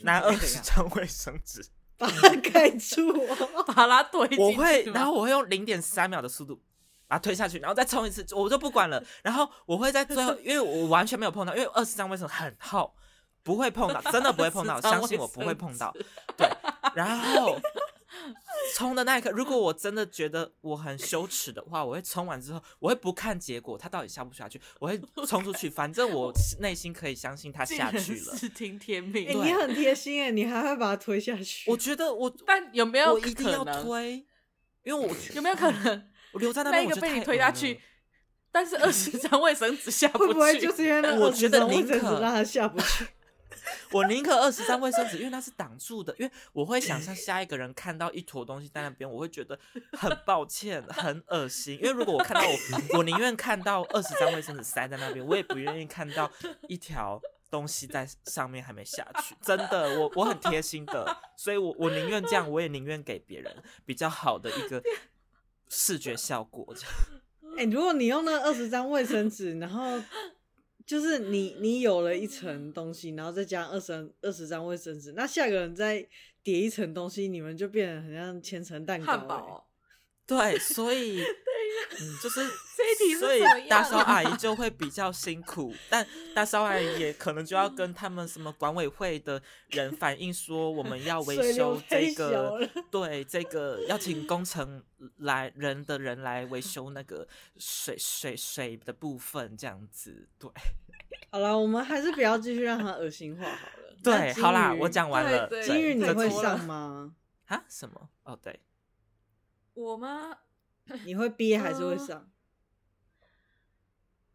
S3: 拿
S2: 会
S3: 二
S2: 怎
S3: 十
S2: 样
S3: 张卫生纸。
S2: 把它盖住 哦。
S1: 把它怼进去吗，
S3: 我会，然后我会用零点三秒的速度把它推下去，然后再冲一次，我就不管了。然后我会在最后，因为我完全没有碰到，因为二十张卫生纸很厚，不会碰到，真的不会 碰到，
S1: 20张
S3: 相信我不会碰到。对，然后冲的那一刻，如果我真的觉得我很羞耻的话，我会冲完之后，我会不看结果，它到底下不下去，我会冲出去，反正我内心可以相信它
S1: 竟
S3: 下
S1: 然
S3: 去了。
S1: 是听天
S2: 哎、
S1: 命。
S2: 你很贴心哎，你还会把它推下去。
S3: 我觉得我
S1: 但有没有
S3: 我一定
S1: 可
S3: 要
S1: 能
S3: 推，因为我
S1: 有没有 可能
S3: 我留在那
S1: 那
S3: 边
S1: 一
S3: 我
S1: 个
S3: 就
S1: 被
S3: 太
S1: 你推
S3: 恶
S1: 下
S3: 了
S1: 去，但是二十张卫生纸下
S2: 会
S1: 去，
S2: 不会就是因为那
S3: 我
S2: 20
S3: 觉得
S2: 张卫
S3: 宁
S2: 生纸
S3: 可
S2: 让它下不去？
S3: 我宁可二十张卫生纸，因为它是挡住的，因为我会想象下一个人看到一坨东西在那边，我会觉得很抱歉、很恶心。因为如果我看到我，我宁愿看到二十张卫生纸塞在那边，我也不愿意看到一条东西在上面还没下去。真的，我我很贴心的，所以我我宁愿这样，我也宁愿给别人比较好的一个视觉效果。这样
S2: 哎、如果你用那二十张卫生纸，然后就是你你有了一层东西，然后再加二十二十张卫生纸，那下个人再叠一层东西，你们就变得很像千层蛋糕、欸。
S1: 汉堡哦？
S3: 对，所以嗯，就是
S1: 这一题是
S3: 所以
S1: 怎么样
S3: 打扫
S1: 啊
S3: 阿姨就会比较辛苦，但打扫阿姨也可能就要跟他们什么管委会的人反映说，我们要维
S2: 水流
S3: 修
S2: 太
S3: 这
S2: 小了
S3: 个，对，这个要请工程来人的人来维修那个水水水的部分，这样子，对
S2: 好了，我们还是不要继续让它恶心化好 了。那
S3: 对，
S2: 金
S3: 好啦，
S2: 鱼
S3: 我讲完了。
S1: 对
S2: 金
S1: 对
S2: 鱼你
S3: 这
S2: 会
S3: 题
S2: 上吗？
S3: 啊？什么？哦，对，
S1: 我吗？
S2: 你会憋还是会 上？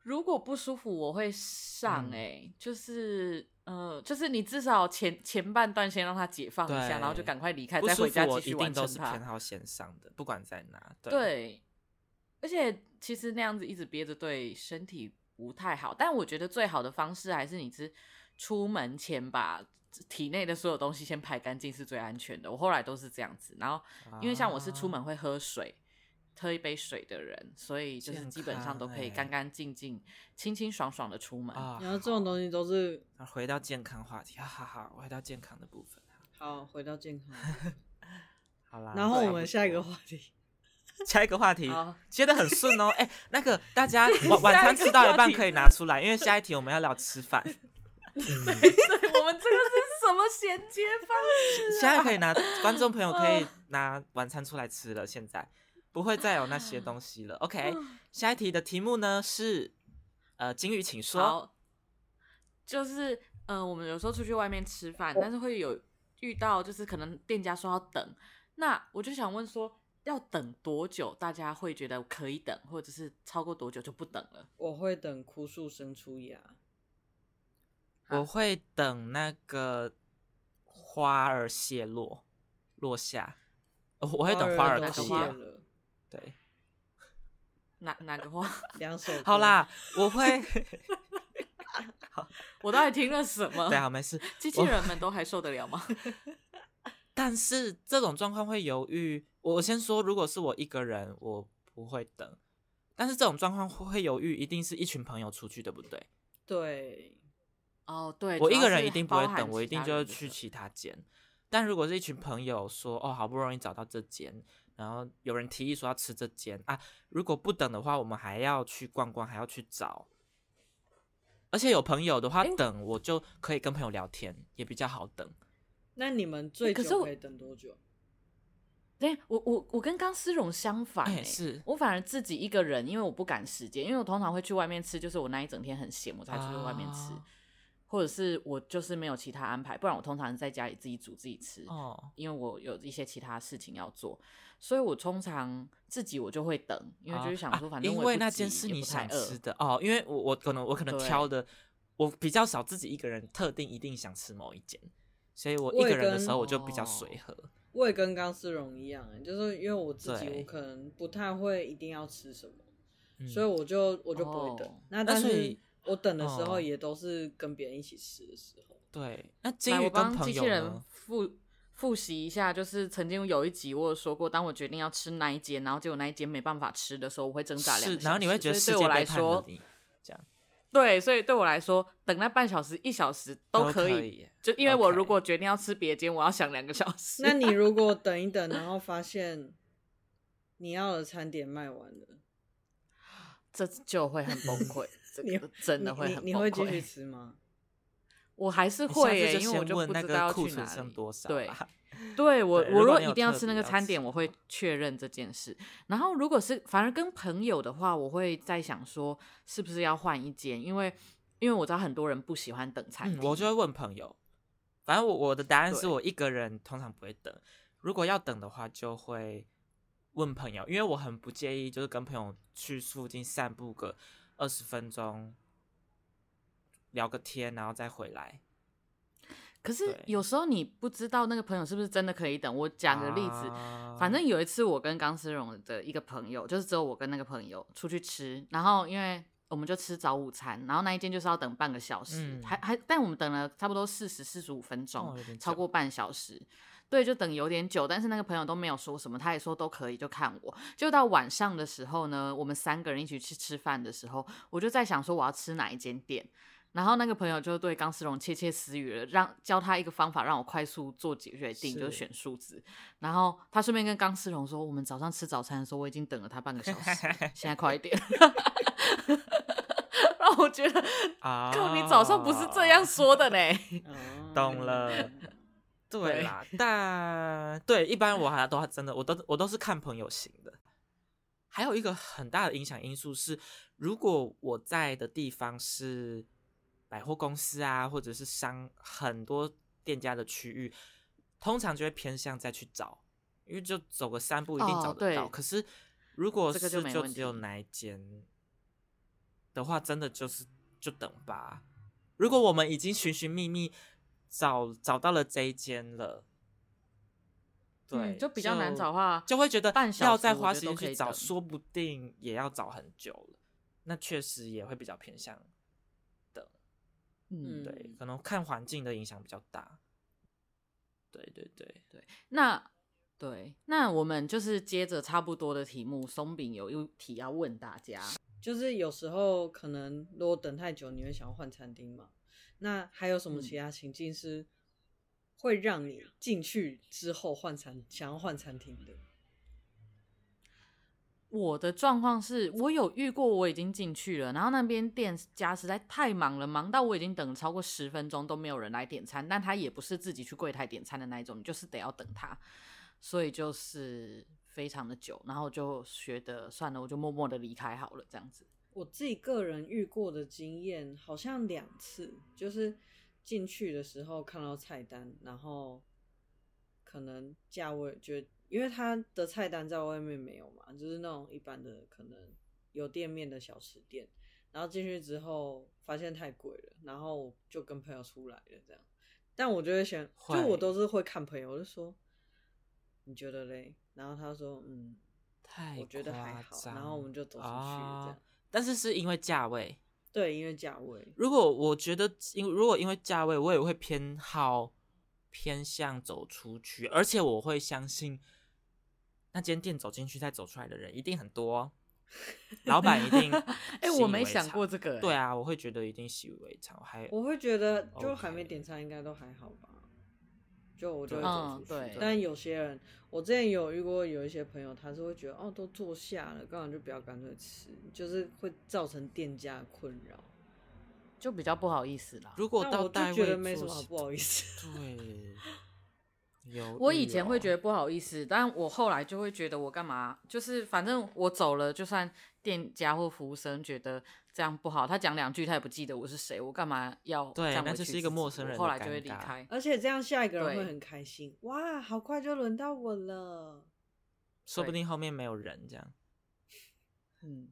S1: 如果不舒服，我会上
S3: 嗯
S1: 哎、欸就是呃，就是你至少前前半段先让它解放一下，
S3: 对
S1: 然后就赶快离开，
S3: 不
S1: 再
S3: 舒
S1: 回
S3: 服
S1: 家
S3: 我
S1: 继
S3: 一
S1: 续完
S3: 定
S1: 成
S3: 都是偏
S1: 它。
S3: 好先上的，不管在哪。对
S1: 对，而且其实那样子一直憋着对身体不太好，但我觉得最好的方式还是你是出门前把体内的所有东西先排干净是最安全的。我后来都是这样子，然后因为像我是出
S3: 啊
S1: 门会喝水。喝一杯水的人，所以就是基本上都可以
S3: 健康欸
S1: 干干净净、清清爽爽的出门。
S3: 啊，
S2: 然后这种东西都是
S3: 好回到健康话题，哈哈哈，回到健康的部分，
S2: 好回到健 康。
S3: 好啦。
S2: 然后我
S3: 差不多
S2: 们下一个 话题，
S3: 下一个话题
S1: 好，
S3: 接的很顺 哦。哎、那个大家晚晚餐吃到一半可以拿出来，因为下一题我们要聊吃 饭，
S1: 对，我们这个是什么衔接方式、啊？
S3: 现在可以拿观众朋友可以拿晚餐出来吃了，现在不会再有那些东西了。OK，下一 题的题目呢是，呃，金鱼请说。
S1: 好，就是呃，我们有时候出去外面吃饭，但是会有遇到，就是可能店家说要等，那我就想问说，要等多久？大家会觉得可以等，或者是超过多久就不等了？
S2: 我会等哭诉生出芽。
S3: 我会等那个花儿谢落落下， 哦我会等花
S2: 花
S3: 儿
S1: 都
S2: 都
S3: 谢
S2: 谢
S1: 谢
S3: 落。
S2: 了，
S3: 对，
S1: 哪哪个话？
S2: 两首歌
S3: 好，啦，我会，
S1: 我到底听了什么
S3: 对，？啊好没事。
S1: 机器
S3: 我
S1: 人们都还受得了吗？
S3: 但是这种状况会犹豫。我我先说，如果是我一个人，我不会等。但是这种状况会会犹豫，一定是一群朋友出去，对不对？
S2: 对，
S1: 哦，对，
S3: 我
S1: 主
S3: 一
S1: 要
S3: 个
S1: 是
S3: 人一定不会
S1: 包含
S3: 等，我一
S1: 其他
S3: 定就
S1: 人
S3: 会
S1: 的
S3: 去
S1: 时候
S3: 其他间。但如果是一群朋友说，哦，好不容易找到这间，然后有人提议说要吃这间啊，如果不等的话，我们还要去逛逛，还要去找。而且有朋友的话，
S1: 诶
S3: 等我就可以跟朋友聊天，也比较好等。
S2: 那你们最
S1: 可是
S2: 久
S1: 我
S2: 可以等多久？
S1: 对，我我我跟刚思荣相反、
S3: 哎
S1: 欸，
S3: 是
S1: 我反而自己一个人，因为我不赶时间，因为我通常会去外面吃，就是我那一整天很闲，我才出去外面吃，
S3: 啊
S1: 或者是我就是没有其他安排，不然我通常在家里自己煮自己吃，
S3: 哦，
S1: 因为我有一些其他事情要做，所以我通常自己我就会等，因为就是想说，
S3: 啊
S1: 反正
S3: 因
S1: 我也
S3: 为
S1: 不
S3: 那
S1: 急
S3: 件事
S1: 也
S3: 你
S1: 不太
S3: 想吃
S1: 饿，
S3: 的哦，因为我我可能我可能
S1: 对
S3: 挑的，我比较少自己一个人特定一定想吃某一间，所以我一
S2: 我也
S3: 个人的
S2: 跟
S3: 时候我就比较
S1: 哦
S3: 随和。
S2: 我也跟刚思荣一样、欸，就是因为我自己，
S3: 对
S2: 我可能不太会一定要吃什么，
S3: 嗯
S2: 所以我就我就不会等。
S1: 哦
S2: 那但
S3: 那所
S2: 是
S3: 以
S2: 我等的时候
S3: 哦
S2: 也都是跟别人一起吃的时候。
S3: 对，那
S1: 来，
S3: 金
S1: 我
S3: 鱼跟
S1: 帮
S3: 朋
S1: 机器
S3: 友
S1: 人
S3: 呢？
S1: 复复习一下，就是曾经有一集我有说过，当我决定要吃那一间，然后结果那一间没办法吃的时候，我会挣扎两个
S3: 是，
S1: 小时。
S3: 然后你会觉得世
S1: 所以
S3: 界
S1: 对我来
S3: 背叛了
S1: 说，
S3: 你，这样
S1: 对，所以对我来说，等那半小时、一小时
S3: 都
S1: 可
S3: 可以
S1: 就因为
S3: OK
S1: 我如果决定要吃别间，我要想两个小时。
S2: 那你如果等一等，然后发现你要的餐点卖完了，
S1: 这就会很崩 溃，这
S2: 你
S1: 个真的会
S2: 你
S1: 很崩溃。
S2: 你你会继续吃 吗？
S1: 我还是
S3: 你下
S1: 会
S3: 次
S1: 耶、
S3: 就
S1: 因为我
S3: 先问
S1: 不
S3: 那
S1: 知道
S3: 个
S1: 要
S3: 库
S1: 去
S3: 存
S1: 哪
S3: 剩
S1: 里。
S3: 多少
S1: 对，
S3: 吧。
S1: 对我，
S3: 对
S1: 我
S3: 如
S1: 如
S3: 果
S1: 果
S3: 你
S1: 一
S3: 有
S1: 定要
S3: 特
S1: 吃
S3: 别
S1: 那个
S3: 要
S1: 餐
S3: 吃
S1: 点，
S3: 的
S1: 我会确认这件事。然后如果是反而跟朋友的话，我会在想说是不是要换一间，因为因为我知道很多人不喜欢等餐
S3: 嗯
S1: 厅，
S3: 我就会问朋友。反正我我的答案是
S1: 对
S3: 我一个人通常不会等，如果要等的话就会问朋友，因为我很不介意，就是跟朋友去附近散步个二十分钟，聊个天，然后再回来。
S1: 可是
S3: 对
S1: 有时候你不知道那个朋友是不是真的可以等。我讲个例子，
S3: 啊
S1: 反正有一次，我跟刚思荣的一个朋友，就是只有我跟那个朋友出去吃，然后因为我们就吃早午餐，然后那一间就是要等半个小时，
S3: 嗯
S1: 还还但我们等了差不多四十四十五分
S3: 哦
S1: 钟
S3: 有点，久
S1: 超过半小时。对，就等有点久，但是那个朋友都没有说什么，他也说都可以，就看我。就到晚上的时候呢，我们三个人一起去吃饭的时候，我就在想说我要吃哪一间店，然后那个朋友就对钢丝绒窃窃私语了，让教他一个方法让我快速做决定，
S3: 是
S1: 就是选数字。然后他顺便跟钢丝绒说，我们早上吃早餐的时候，我已经等了他半个小时 了，现在快一点。让我觉得，
S3: 啊，
S1: 靠，你早上不是这样说的呢？
S2: 哦
S3: 懂了。 对
S1: 对
S3: 啦，但对一般我还都还真的，我都我都是看朋友型的。还有一个很大的影响因素是，如果我在的地方是百货公司啊，或者是商很多店家的区域，通常就会偏向再去找，因为就走个三步一定
S1: 哦
S3: 找得到。
S1: 对
S3: 可是如果
S1: 这
S3: 是
S1: 个就没
S3: 就
S1: 问
S3: 只有
S1: 题
S3: 哪一间的话，真的就是就等吧。如果我们已经寻寻觅觅找找到了这一间了，对，
S1: 嗯就比较难找的话
S3: 就会觉得
S1: 半小时
S3: 要再
S1: 我
S3: 花
S1: 觉
S3: 时
S1: 得都
S3: 间
S1: 可以
S3: 去找，
S1: 等
S3: 说不定也要找很久了。那确实也会比较偏向，
S1: 嗯，
S2: 嗯
S3: 对，可能看环境的影响比较大。对对对，
S1: 那对，那我们就是接着差不多的题目，松饼有一题要问大家，
S2: 就是有时候可能如果等太久，你会想要换餐厅嘛？那还有什么其他情境是会让你进去之后换餐，想要换餐厅的？
S1: 我的状况是我有遇过，我已经进去了，然后那边店家实在太忙了，忙到我已经等了超过十分钟都没有人来点餐，但他也不是自己去柜台点餐的那一种，你就是得要等他，所以就是非常的久，然后就觉得算了，我就默默的离开好了，这样子。
S2: 我自己个人遇过的经验好像两次，就是进去的时候看到菜单，然后可能价位觉得，因为它的菜单在外面没有嘛，就是那种一般的可能有店面的小吃店，然后进去之后发现太贵了，然后就跟朋友出来了这样。但我就会想，就
S3: 会
S2: 我都是会看朋友，我就说你觉得嘞？然后他说嗯，
S3: 太
S2: 我觉得还
S3: 夸
S2: 好，
S3: 张
S2: 然后我们就走出去了
S3: 哦
S2: 这样。
S3: 但是是因为价位，
S2: 对，因为价位，
S3: 如果我觉得因如果因为价位，我也会偏好偏向走出去，而且我会相信那间店走进去再走出来的人一定很 多哦，老板一定
S1: 哎、
S3: 习以
S1: 我没
S3: 为
S1: 想
S3: 常
S1: 过这个、
S3: 对
S1: 啊，
S3: 啊，我会觉得一定习以为常，我还
S2: 我会觉得就
S3: OK
S2: 还没点餐应该都还好吧，就我就会
S3: 对
S2: 走
S1: 嗯
S2: 出去。
S1: 对
S2: 但有些人，我之前有遇过有一些朋友，他是会觉得哦都坐下了，干嘛就不要干脆吃，就是会造成店家的困扰。
S1: 就比较不好意思啦。
S3: 如果
S2: 但
S3: 到
S2: 我
S3: 代
S2: 就
S3: 位
S2: 觉得没什
S3: 坐
S2: 么好
S3: 是
S2: 不好意思。
S3: 对，哦有
S1: 我以前会觉
S3: 得
S1: 得不好意思，但我后来就会觉得我干嘛？就是反正我走了，就算店家或服务生觉得这样不好，他讲两句他也不记得我是谁，我干嘛要
S3: 对
S1: 这样
S3: 那
S1: 委
S3: 就
S1: 屈
S3: 是一个
S1: 自己
S3: 陌生人
S1: 我后
S3: 的
S1: 来就
S3: 尴
S1: 会离
S3: 尬
S1: 开。
S2: 而且这样下一个人
S1: 对
S2: 会很开心，哇，好快就轮到我了，
S3: 说不
S1: 对
S3: 定后面没有人这样，
S1: 嗯，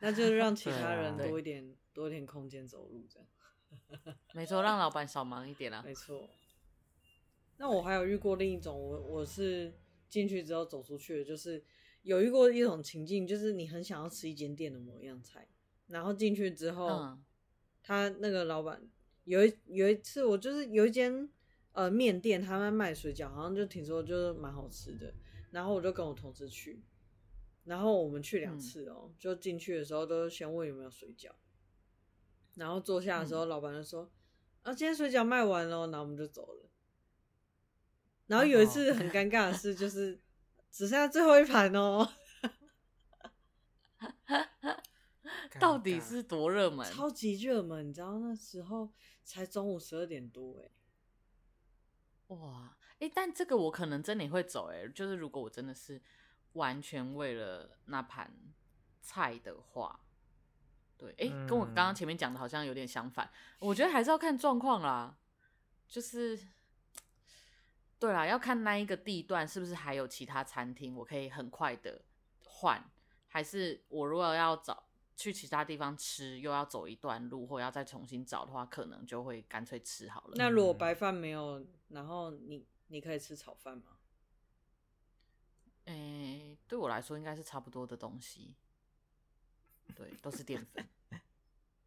S2: 那就是让其
S3: 对
S2: 他
S3: 啊
S2: 人
S1: 对
S2: 多一点多一点空间走路这样。
S1: 没错，让老板少忙一点啊啦。
S3: 哎
S2: 没错。那我还有遇过另一种，我我是进去之后走出去的，就是有遇过一种情境，就是你很想要吃一间店的某样菜，然后进去之后，
S1: 嗯，
S2: 他那个老板有一有一次，我就是有一间呃面店，他们卖水饺，好像就听说就是蛮好吃的，然后我就跟我同事去，然后我们去两次哦、就进去的时候都先问有没有水饺，然后坐下的时候，老板就说啊，今天水饺卖完了，然后我们就走了。然后有一次很尴尬的事，就是只剩下最后一盘哦、
S3: 尴
S1: 到底
S3: 尬
S1: 是多热门？
S2: 超级热门，你知道那时候才中午十二点多哎、
S1: 哇，哎、但这个我可能真的也会走哎、就是如果我真的是完全为了那盘菜的话，对，哎、跟我刚刚
S3: 嗯
S1: 前面讲的好像有点相反，我觉得还是要看状况啦，就是。对啦，要看那一个地段是不是还有其他餐厅，我可以很快的换，还是我如果要找去其他地方吃，又要走一段路，或要再重新找的话，可能就会干脆吃好了。
S2: 那如果
S3: 嗯
S2: 白饭没有，然后你你可以吃炒饭吗？
S1: 诶、对我来说应该是差不多的东西。对，都是淀粉。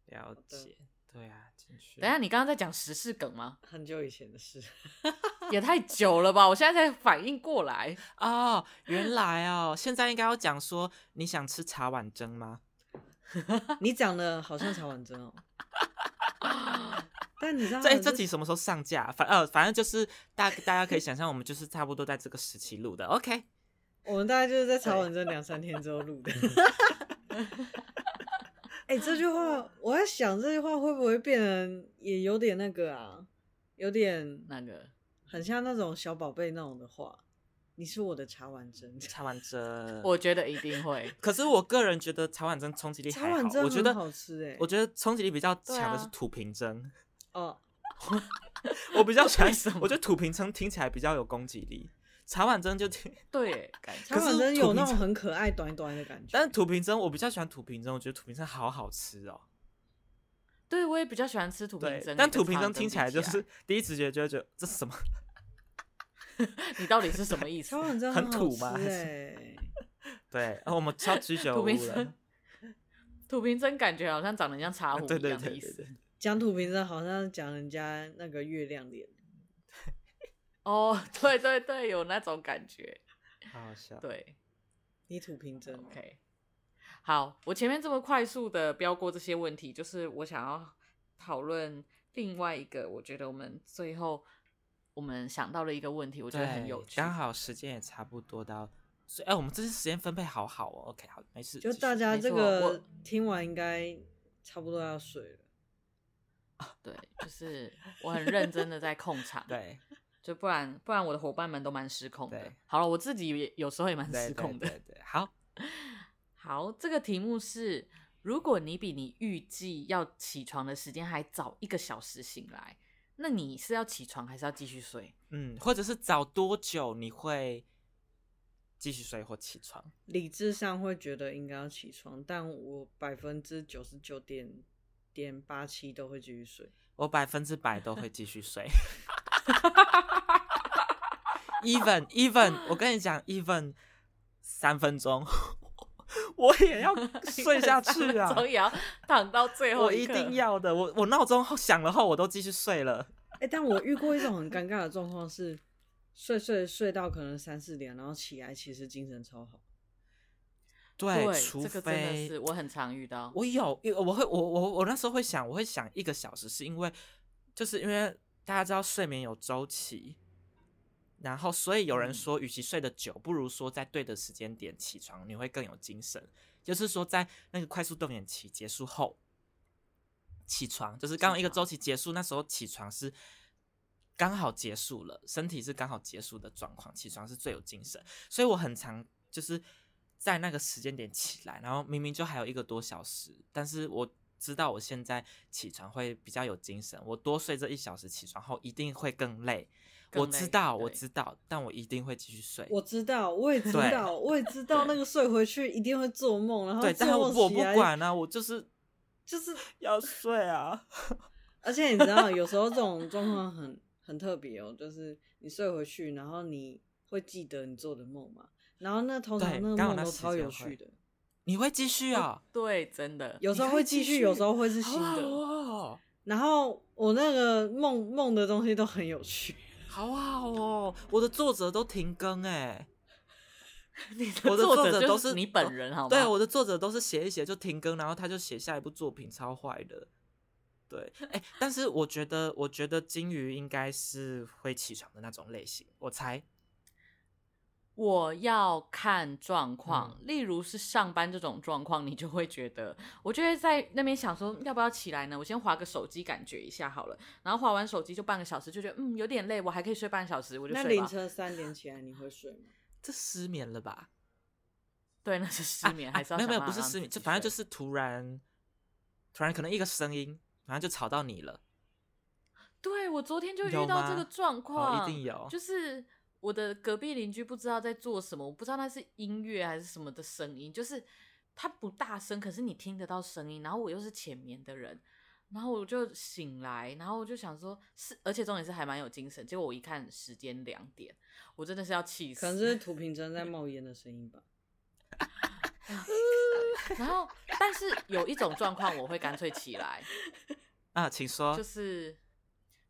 S3: 了
S2: 的
S3: 解，对啊，进去
S1: 等一下，你刚刚在讲时事梗吗？
S2: 很久以前的事，
S1: 也太久了吧！我现在才反应过来。
S3: 哦，原来哦，现在应该要讲说你想吃茶碗蒸吗？
S2: 你讲的好像茶碗蒸 哦。但你知道
S3: 这
S2: 他们
S3: 这
S2: 啊是
S3: 集什么时候上架？反呃，反正就是大大家可以想象，我们就是差不多在这个时期录的。OK，
S2: 我们大概就是在茶碗蒸两三天之后录 的。哎、这句话我在想，这句话会不会变成也有点那个啊，有点
S1: 那个
S2: 很像那种小宝贝那种的话。你是我的茶碗蒸，
S3: 茶碗蒸，
S1: 我觉得一定会。
S3: 可是我个人觉得茶碗蒸冲击力
S2: 茶
S3: 还好
S2: 碗，蒸
S3: 我觉得
S2: 很好吃哎
S3: 我觉得冲击力比较
S1: 对
S3: 强
S1: 啊
S3: 的是土瓶蒸，
S2: 哦，
S3: 我比较喜
S1: 为什
S3: 欢
S1: 么，
S3: 我觉得土瓶蒸听起来比较有攻击力，茶碗蒸就听，
S1: 对，感觉
S2: 茶碗蒸
S3: 土
S2: 有
S3: 瓶
S2: 那种
S3: 蒸
S2: 很可爱短短的感觉。
S3: 但是土瓶蒸我比较喜欢土瓶蒸，我觉得土瓶蒸好好吃哦。
S1: 对我也比较喜欢吃土
S3: 对
S1: 瓶蒸，，
S3: 但
S1: 跟
S3: 土瓶
S1: 茶
S3: 蒸
S1: 碗
S3: 听
S1: 比
S3: 起来就
S1: 起
S3: 是第一直觉就会觉得这是什么，
S1: 你到底是什么意 思
S2: 台？湾真的
S3: 很
S2: 好
S3: 土
S2: 吃
S3: 吗还是
S2: 哎，
S3: 对，哦，我们超 吃酒
S1: 土
S3: 屋
S1: 瓶针
S3: 了，，
S1: 土瓶针感觉好像长得像茶壶
S3: 啊对
S1: 一
S3: 对
S1: 样的
S3: 对
S1: 意
S3: 对
S1: 思
S3: 对。
S2: 讲土瓶子好像讲人家那个月亮脸，
S1: 哦， 对对对，有那种感觉。
S3: 好好笑。
S1: 对
S2: 你土瓶 针，
S1: ，OK。好，我前面这么快速的标过这些问题，就是我想要讨论另外一个，我觉得我们最后我们想到了一个问题，我觉得很
S3: 对
S1: 有趣。
S3: 刚好时间也差不多到，所以哎、我们这次时间分配好好哦。OK，好，没事。
S2: 就
S3: 继续，，
S2: 大家
S1: 没
S2: 这
S1: 错
S2: 个
S1: 我
S2: 听完应该差不多要睡了。
S1: 对，就是我很认真的在控场
S3: 对
S1: 就不然不然我的伙伴们都蛮失控的
S3: 对。
S1: 好了，我自己也有时候也蛮
S3: 对
S1: 失控的
S3: 对。对 对，好，
S1: 好，这个题目是：如果你比你预计要起床的时间还早一个小时醒来，那你是要起床还是要继续睡？
S3: 嗯，或者是早多久你会继续睡或起床？
S2: 理智上会觉得应该要起床，但我百分之九十九点点八七都会继续睡。
S3: 我百分之百都会继续睡。even even，我跟你讲，even 三分钟， 我也 要睡下去啊！
S1: 总也要躺到最后
S3: 我
S1: 一哎
S3: 一
S1: 刻
S3: 定。要的，我我闹钟响了后，我都继续睡了。
S2: 哎、但我遇过一种很尴尬的状况是，睡睡睡到可能三四点，然后起来其实精神超好。
S3: 对，
S1: 对，
S3: 除
S1: 这个真的
S3: 非
S1: 是我很常遇到。
S3: 我有，因为我会，我我我那时候会想，我会想一个小时，是因为就是因为大家知道睡眠有周期，然后所以有人
S1: 嗯
S3: 说，与其睡得久，不如说在对的时间点起床，你会更有精神。就是说，在那个快速动眼期结束后起床，就是刚好一个
S1: 起床
S3: 周期结束，那时候起床是刚好结束了，身体是刚好结束的状况，起床是最有精神。所以我很常就是在那个时间点起来，然后明明就还有一个多小时，但是我知道我现在起床会比较有精神，我多睡这一小时，起床后一定会更累。
S1: 更
S3: 我知
S1: 累
S3: 道，我
S1: 对
S3: 知道，但我一定会继续睡。
S2: 我知道，我也知道，我也知道那个睡回去一定会做梦，
S1: 啊
S2: 然后
S3: 对，但是
S2: 做
S3: 我
S2: 梦
S3: 我
S2: 起
S3: 不
S2: 来
S3: 管啊，我就是
S2: 就是，
S3: 要睡啊。
S2: 而且你知道，有时候这种状况很很特别哦，就是你睡回去，然后你会记得你做的梦嘛，然后那通常
S3: 对
S2: 那个
S3: 刚好
S2: 梦
S3: 那
S2: 都
S3: 时
S2: 超
S3: 间
S2: 有
S3: 会
S2: 趣的，
S3: 你会继续啊？
S1: 对，真的
S2: 有时候会继续，有时候会是新
S3: 好好
S2: 的。
S3: 哦，
S2: 然后我那个梦梦的东西都很有趣，
S3: 好好哦，我的作者都停更哎、
S1: 你的
S3: 我的
S1: 作
S3: 作者
S1: 就
S3: 都
S1: 是
S3: 是
S1: 你本人，好吗？
S3: 对，我的作者都是写一写就停更，然后他就写下一部作品，超坏的。对，哎、但是我觉得，我觉得金鱼应该是会起床的那种类型，我猜。
S1: 我要看状况，
S3: 嗯
S1: 例如是上班这种状况，你就会觉得，我就会在那边想说，要不要起来呢？我先划个手机，感觉一下好了。然后划完手机就半个小时，就觉得嗯有点累，我还可以睡半小时，我就
S2: 那
S1: 睡
S2: 凌
S1: 吧。
S2: 晨三点起来你会睡 吗？
S3: 这失眠了吧？
S1: 对，那是失眠，
S3: 啊
S1: 还是要
S3: 啊没有没有
S1: 想
S3: 不
S1: 办法
S3: 是
S1: 让
S3: 失眠，
S1: 自
S3: 就
S1: 己
S3: 反正就
S1: 睡
S3: 是突然突然可能一个声音，然后就吵到你了。
S1: 对我昨天就
S3: 有
S1: 遇到这
S3: 吗哦
S1: 个状况，
S3: 一定有
S1: 就是我的隔壁邻居不知道在做什么，我不知道那是音乐还是什么的声音，就是他不大声，可是你听得到声音，然后我又是浅眠的人，然后我就醒来，然后我就想说，是，而且重点是还蛮有精神，结果我一看时间两点，我真的是要气死，
S2: 可能是土瓶针在冒烟的声音吧。
S1: 然后但是有一种状况我会干脆起 来，
S3: 啊，请说。
S1: 就是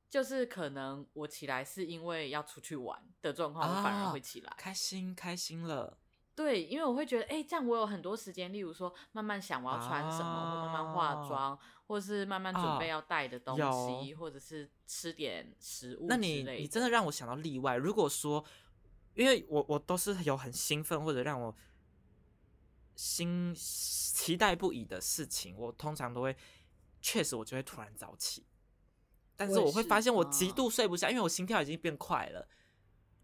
S1: 就是可能我起来是因为要出去玩的状况，我反而
S3: 啊
S1: 会起来。
S3: 开心开心了，
S1: 对，因为我会觉得，哎、这样我有很多时间，例如说慢慢想我要穿什么，或慢慢化
S3: 啊
S1: 妆，或是慢慢准
S3: 啊
S1: 备要带的东
S3: 有
S1: 西，或者是吃点食物
S3: 那
S1: 之
S3: 你
S1: 类
S3: 你真的让我想到例外。如果说，因为我我都是有很兴奋或者让我心期待不已的事情，我通常都会确实我就会突然早起，但是
S2: 我也
S3: 我会发
S1: 是
S3: 现我极
S1: 啊
S3: 度睡不下，因为我心跳已经变快了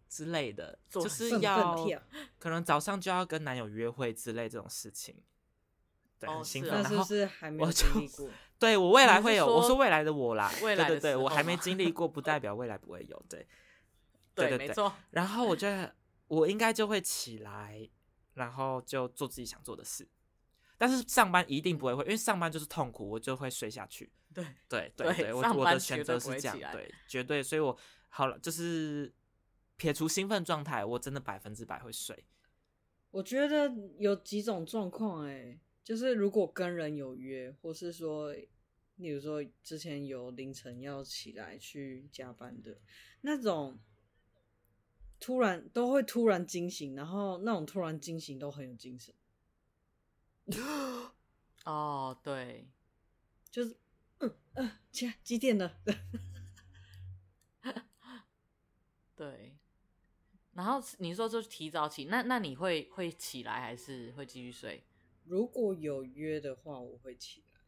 S3: 之类的，
S1: 做
S3: 就
S1: 很
S3: 是
S2: 笨
S3: 要
S2: 笨跳，
S3: 可能早上就要跟男友约会之类这种事情，对，
S1: 哦
S3: 很兴
S1: 是啊
S3: 奋，
S2: 那
S3: 然
S2: 是
S3: 后
S2: 不是还没有
S3: 我
S2: 经
S3: 就
S2: 历过？
S3: 对我未来
S1: 你
S3: 会
S1: 是
S3: 有，我
S1: 说
S3: 说未来的我啦，
S1: 未来的
S3: 对对对，
S1: 时候
S3: 我还
S1: 吗
S3: 没 经历过，不代表未来不会有，对，对
S1: 没
S3: 对。
S1: 错，
S3: 然后我觉得我应该就会起来，然后就做自己想做的事，但是上班一定不会会，因为上班就是痛苦，我就会睡下去。
S1: 对，
S3: 对
S1: 对
S3: 对，我
S1: 上
S3: 我
S1: 班
S3: 的
S1: 绝
S3: 选
S1: 对
S3: 择
S1: 不会
S3: 是
S1: 起
S3: 这样
S1: 来，
S3: 对，绝对，所以我好了，就是撇除兴奋状态，我真的百分之百会睡。
S2: 我觉得有几种状况，哎，就是如果跟人有约，或是说，例如说之前有凌晨要起来去加班的那种，突然都会突然惊醒，然后那种突然惊醒都很有精神，
S1: 哦，对，
S2: 就是嗯嗯、呃起来几点了？
S1: 对。然后你说就是提早起，那那你会会起来还是会继续睡？
S2: 如果有约的话，我会起来，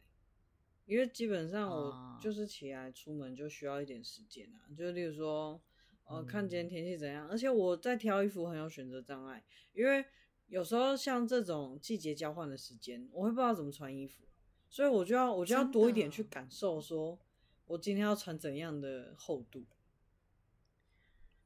S2: 因为基本上我
S1: 啊
S2: 就是起来出门就需要一点时间啊，就例如说，呃，看
S1: 嗯
S2: 今天天气怎样，而且我在挑衣服很有选择障碍，因为有时候像这种季节交换的时间，我会不知道怎么穿衣服，所以我就要我就要
S1: 真的
S2: 多一点去感受，说我今天要穿怎样的厚度。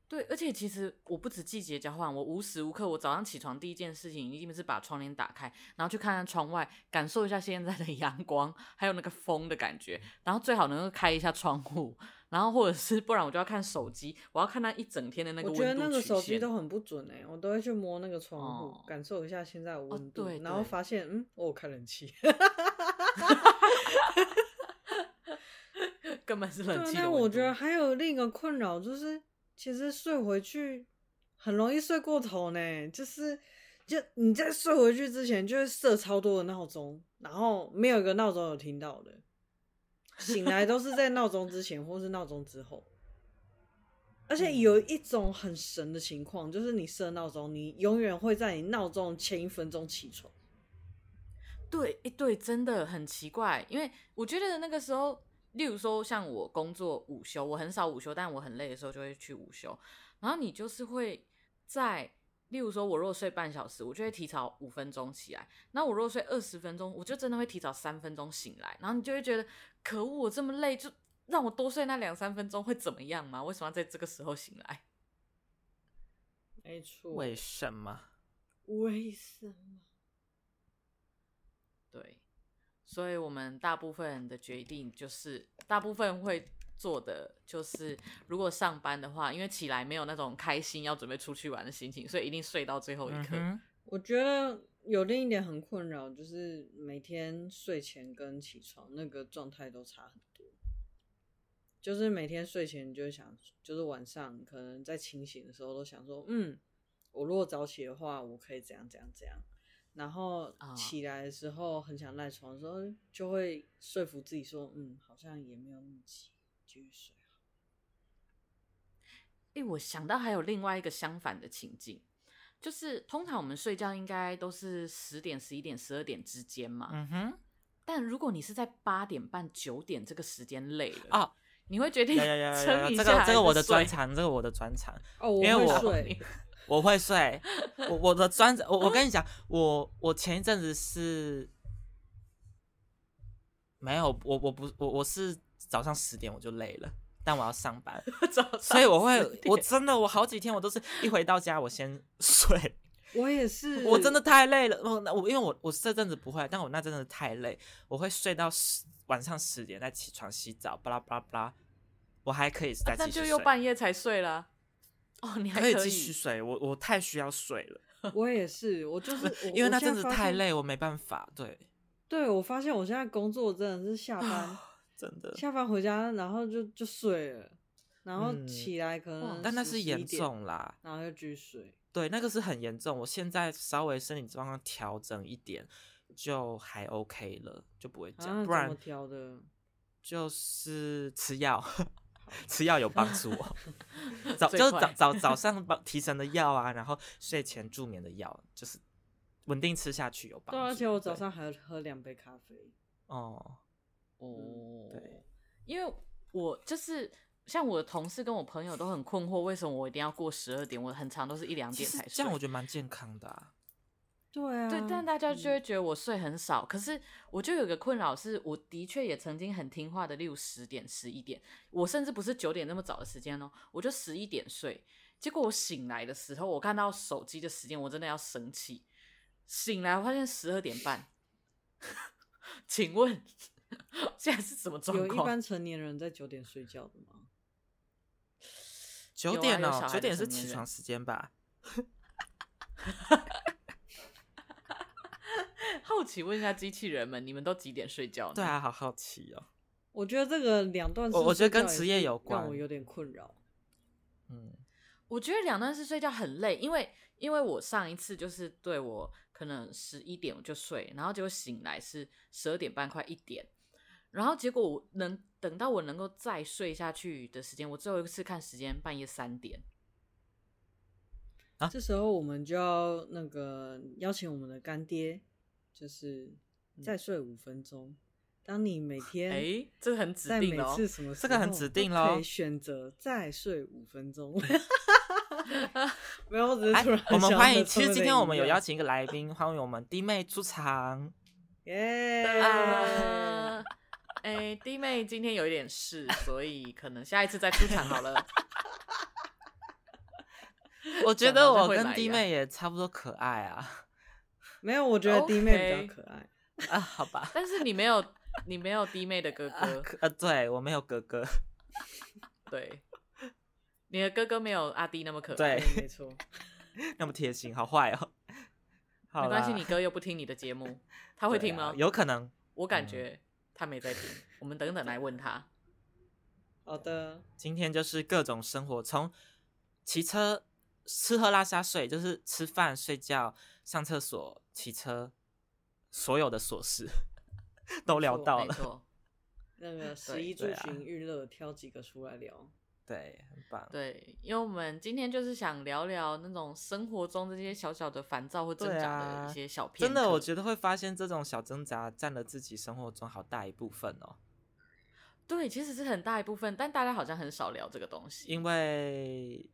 S1: 对，而且其实我不止季节交换，我无时无刻，我早上起床第一件事情一定是把窗帘打开，然后去看看窗外，感受一下现在的 阳光，还有那个风的感
S2: 嗯
S1: 觉，然后最好能够开一下窗户，然后或者是不然我就要看手机，我要看它一整天的那个
S2: 我
S1: 温
S2: 觉
S1: 度
S2: 得那个
S1: 曲
S2: 手机
S1: 线
S2: 都很不准哎、我都会去摸那个窗户，
S1: 哦
S2: 感受一下现在的温度，
S1: 对
S2: 然后
S1: 对
S2: 发现嗯，我有开冷气。
S1: 根本是
S2: 对
S1: 冷
S2: 啊，
S1: 气的
S2: 但
S1: 温
S2: 我觉
S1: 度
S2: 得还有另一个困扰就是，其实睡回去很容易睡过头呢，就是就你在睡回去之前就会设超多的闹钟，然后没有一个闹钟有听到的，醒来都是在闹钟之前或是闹钟之后。而且有一种很神的情况，就是你设闹钟，你永远会在你闹钟前一分钟起床。
S1: 对，诶对，真的很奇怪，因为我觉得那个时候，例如说像我工作午休，我很少午休，但我很累的时候就会去午休，然后你就是会在，例如说我如果睡半小时，我就会提早五分钟起来，那我如果睡二十分钟，我就真的会提早三分钟醒来，然后你就会觉得，可恶，我这么累，就让我多睡那两三分钟会怎么样吗？为什么要在这个时候醒来？
S2: 没错，
S3: 为什么？
S2: 为什么？
S1: 对，所以我们大部分人的决定就是，大部分会做的就是，如果上班的话，因为起来没有那种开心要准备出去玩的心情，所以一定睡到最后一
S3: 嗯
S1: 刻。
S3: 哼，
S2: 我觉得有另一点很困扰，就是每天睡前跟起床那个状态都差很多。就是每天睡前就想，就是晚上可能在清醒的时候都想说，嗯，我如果早起的话，我可以怎样怎样怎样。然后
S1: 啊
S2: 起来的时候很想赖床的时候，就会说服自己说，嗯，好像也没有那么急，继续睡。
S1: 诶，我想到还有另外一个相反的情境，就是通常我们睡觉应该都是十点、十一点、十二点之间嘛，
S3: 嗯哼，
S1: 但如果你是在八点半、九点这个时间累了
S3: 哦，
S1: 你会决定
S3: 有有有有
S1: 撑
S3: 有，
S1: 一
S3: 这
S1: 下
S3: 个
S1: 还
S3: 这
S1: 是
S3: 个我的
S1: 睡
S3: 专长，这个我的专长，
S2: 哦，我
S3: 因为
S2: 会
S3: 我
S2: 睡，
S3: 我会睡，我我的专长，我我跟你讲，我我前一阵子是没有，我我不我我是早上十点我就累了，但我要上 班，
S1: 早上
S3: 所以我会
S1: 10点
S3: 我真的我好几天我都是一回到家我先睡。
S2: 我也是，
S3: 我真的太累了，我我因为我我这阵子不会，但我那阵子太累，我会睡到十晚上十点再起床洗澡，巴拉巴拉巴拉，我还可以再
S1: 啊那
S3: 继续
S1: 就
S3: 睡，
S1: 又半夜才睡啦。哦，你还
S3: 可以
S1: 可
S3: 继续睡，我我太需要睡了，
S2: 我也是，我就是我
S3: 因为
S2: 我
S3: 那
S2: 现在
S3: 阵子
S2: 发
S3: 太
S2: 现
S3: 累，我没办法，对，
S2: 对，我发现我现在工作真的是下班
S3: 真的，
S2: 下班回家，然后就就睡了，然后
S3: 嗯
S2: 起来可能、
S1: 哇
S3: 但那是严，
S2: 11
S3: 重啦，
S2: 点然后又继续睡。
S3: 对，那个是很严重，我现在稍微身体状况调整一点就还 OK 了，就不会这
S2: 啊，
S3: 样，不
S2: 怎
S3: 然
S2: 么调的？
S3: 就是吃药， 吃药有帮助 我。早
S1: 最
S3: 就是
S1: 快
S3: 早 早早上帮提神的药啊，然后睡前助眠的药，就是稳定吃下去有帮
S2: 对，啊
S1: 啊
S3: 助。
S2: 而且我早
S3: 对
S2: 上还要喝两杯咖啡。
S3: 哦，
S1: 哦，
S3: 嗯对，
S1: 因为我就是像我的同事跟我朋友都很困惑，为什么我一定要过十二点？我很长都是一两
S3: 其
S1: 点
S3: 实
S1: 才睡。
S3: 这样我觉得蛮健康的、啊。
S2: 对啊，
S1: 对，但大家就
S2: 嗯
S1: 会觉得我睡很少。可是我就有个困扰是，我的确也曾经很听话的，例如十点、十一点，我甚至不是九点那么早的时间哦，我就十一点睡。结果我醒来的时候，我看到手机的时间，我真的要生气。醒来我发现十二点半， 请问 现在是什么状
S2: 有一
S1: 况？
S2: 般成年人在九点睡觉的吗？
S1: 有
S3: 九
S1: 啊
S3: 点
S1: 有
S3: 哦
S1: 小，孩
S3: 九
S1: 的
S3: 点是
S1: 成年
S3: 起
S1: 人
S3: 床时间吧？
S1: 好奇问一下机器人们，你们都几点睡觉呢？
S3: 对，啊，好好奇哦。
S2: 我觉得这个两段式
S3: 我我觉得跟
S2: 睡觉也
S3: 职业
S2: 是
S3: 有关
S2: 让我有点困扰。
S3: 嗯，
S1: 我觉得两段式睡觉很累，因为因为我上一次就是对我可能十一点我就睡，然后结果醒来是十二点半快一点，然后结果我能等到我能够再睡下去的时间，我最后一次看时间半夜三点，
S3: 啊
S2: 这时候我们就要那个邀请我们的干爹，就是
S3: 嗯
S2: 再睡五分钟。当你
S3: 啊
S2: 每天
S1: 哎、这很指
S2: 在每
S1: 定哦
S2: 次。什么时
S3: 这个很
S2: 候
S3: 指
S2: 都
S3: 定
S2: 可
S3: 咯
S2: 以选择再睡五分 钟。没有，我只是
S3: 哎
S2: 突然、，
S3: 我们欢迎。其实今天我们有邀，请一个来宾，欢迎我们弟妹出 场。
S2: 耶、
S3: 啊
S1: 呃 哎、弟妹今天有一点事，所以可能下一次再出场好了。
S3: 我觉
S1: 讲
S3: 得
S1: 到就
S3: 我
S1: 会
S3: 跟
S1: 来
S3: 弟
S1: 呀
S3: 妹也差不多可爱 啊
S2: 没有，我觉得
S1: OK
S2: 弟妹比较可爱。
S3: 啊，好 吧。
S1: 但是你没有，你没有弟妹的哥
S3: 啊
S1: 哥，
S3: 可呃，对我没有哥哥，
S1: 对，你的哥哥没有阿弟那么可爱。
S3: 对，
S2: 对没错。
S3: 那么贴心，好坏哦。好
S1: 没关系，
S3: 啦
S1: 你哥又不听你的节 目，他会
S3: 对
S1: 听吗
S3: 啊？有可嗯能。
S1: 我感觉他没在听。我们等等来问 他。
S2: 好的，
S3: 今天就是各种生活，从骑车、吃喝拉撒睡，就是吃饭、睡觉、上厕所、骑车，所有的琐事 都聊到
S1: 没
S3: 了。
S1: 错，
S2: 那个食衣住
S3: 对啊
S2: 行娱乐，挑几个出来聊。
S3: 对，很棒。
S1: 对，因为我们今天就是想聊聊那种生活中这些小小的烦躁或挣
S3: 对
S1: 扎
S3: 啊
S1: 的一些小片
S3: 真的，我
S1: 得
S3: 觉得会发现这种小挣扎占了自己生活中好大一部分哦，
S1: 对，其实是很大一部分，但大家好像很少聊这个东西，
S3: 因为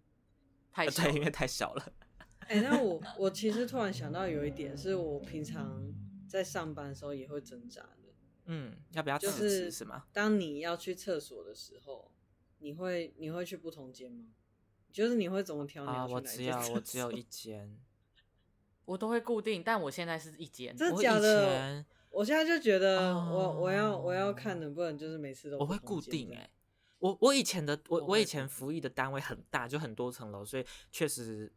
S1: 太
S3: 呃
S1: 少
S3: 对，因
S1: 了。
S3: 为太小了。
S2: 哎、那我我其实突然想到有一点，是我平常在上班的时候也会挣扎的。
S3: 嗯，要不要辞
S2: 就
S3: 职
S2: 是
S3: 是吗？
S2: 当你要去厕所的时候，你会你会去不同间吗？就是你会怎么挑你
S3: 啊，
S2: 要去
S3: 我
S2: 哪一
S3: 只
S2: 间
S3: 有
S2: 厕所？
S3: 我只有一间，
S1: 我都会固定，但我现在是一间。
S2: 真的
S3: 我以
S2: 假的
S3: 前
S2: 我现在就觉得
S3: 哦
S2: 我，我要我要看能不能就是每次都
S3: 我
S2: 不
S3: 会
S2: 同
S3: 固
S2: 间
S3: 定
S2: 这
S3: 哎、
S2: 样
S3: 我我以前的我
S1: 我
S3: 我
S1: 会
S3: 以前服役的单位很大，就很多层楼，所以确实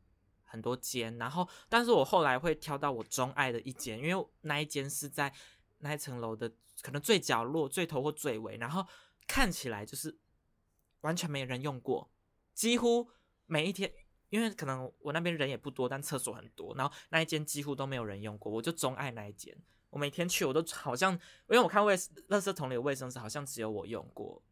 S3: 很多间。然后，但是我后来会挑到我钟爱的一间，因为那一间是在那一层楼的可能最角落、最头或最尾，然后看起来就是完全没人用过，几乎每一天。因为可能我那边人也不多，但厕所很多，然后那一间几乎都没有人用过，我就钟爱那一间。我每天去，我都好像，因为我看卫垃圾桶里的卫生纸好像只有我用过，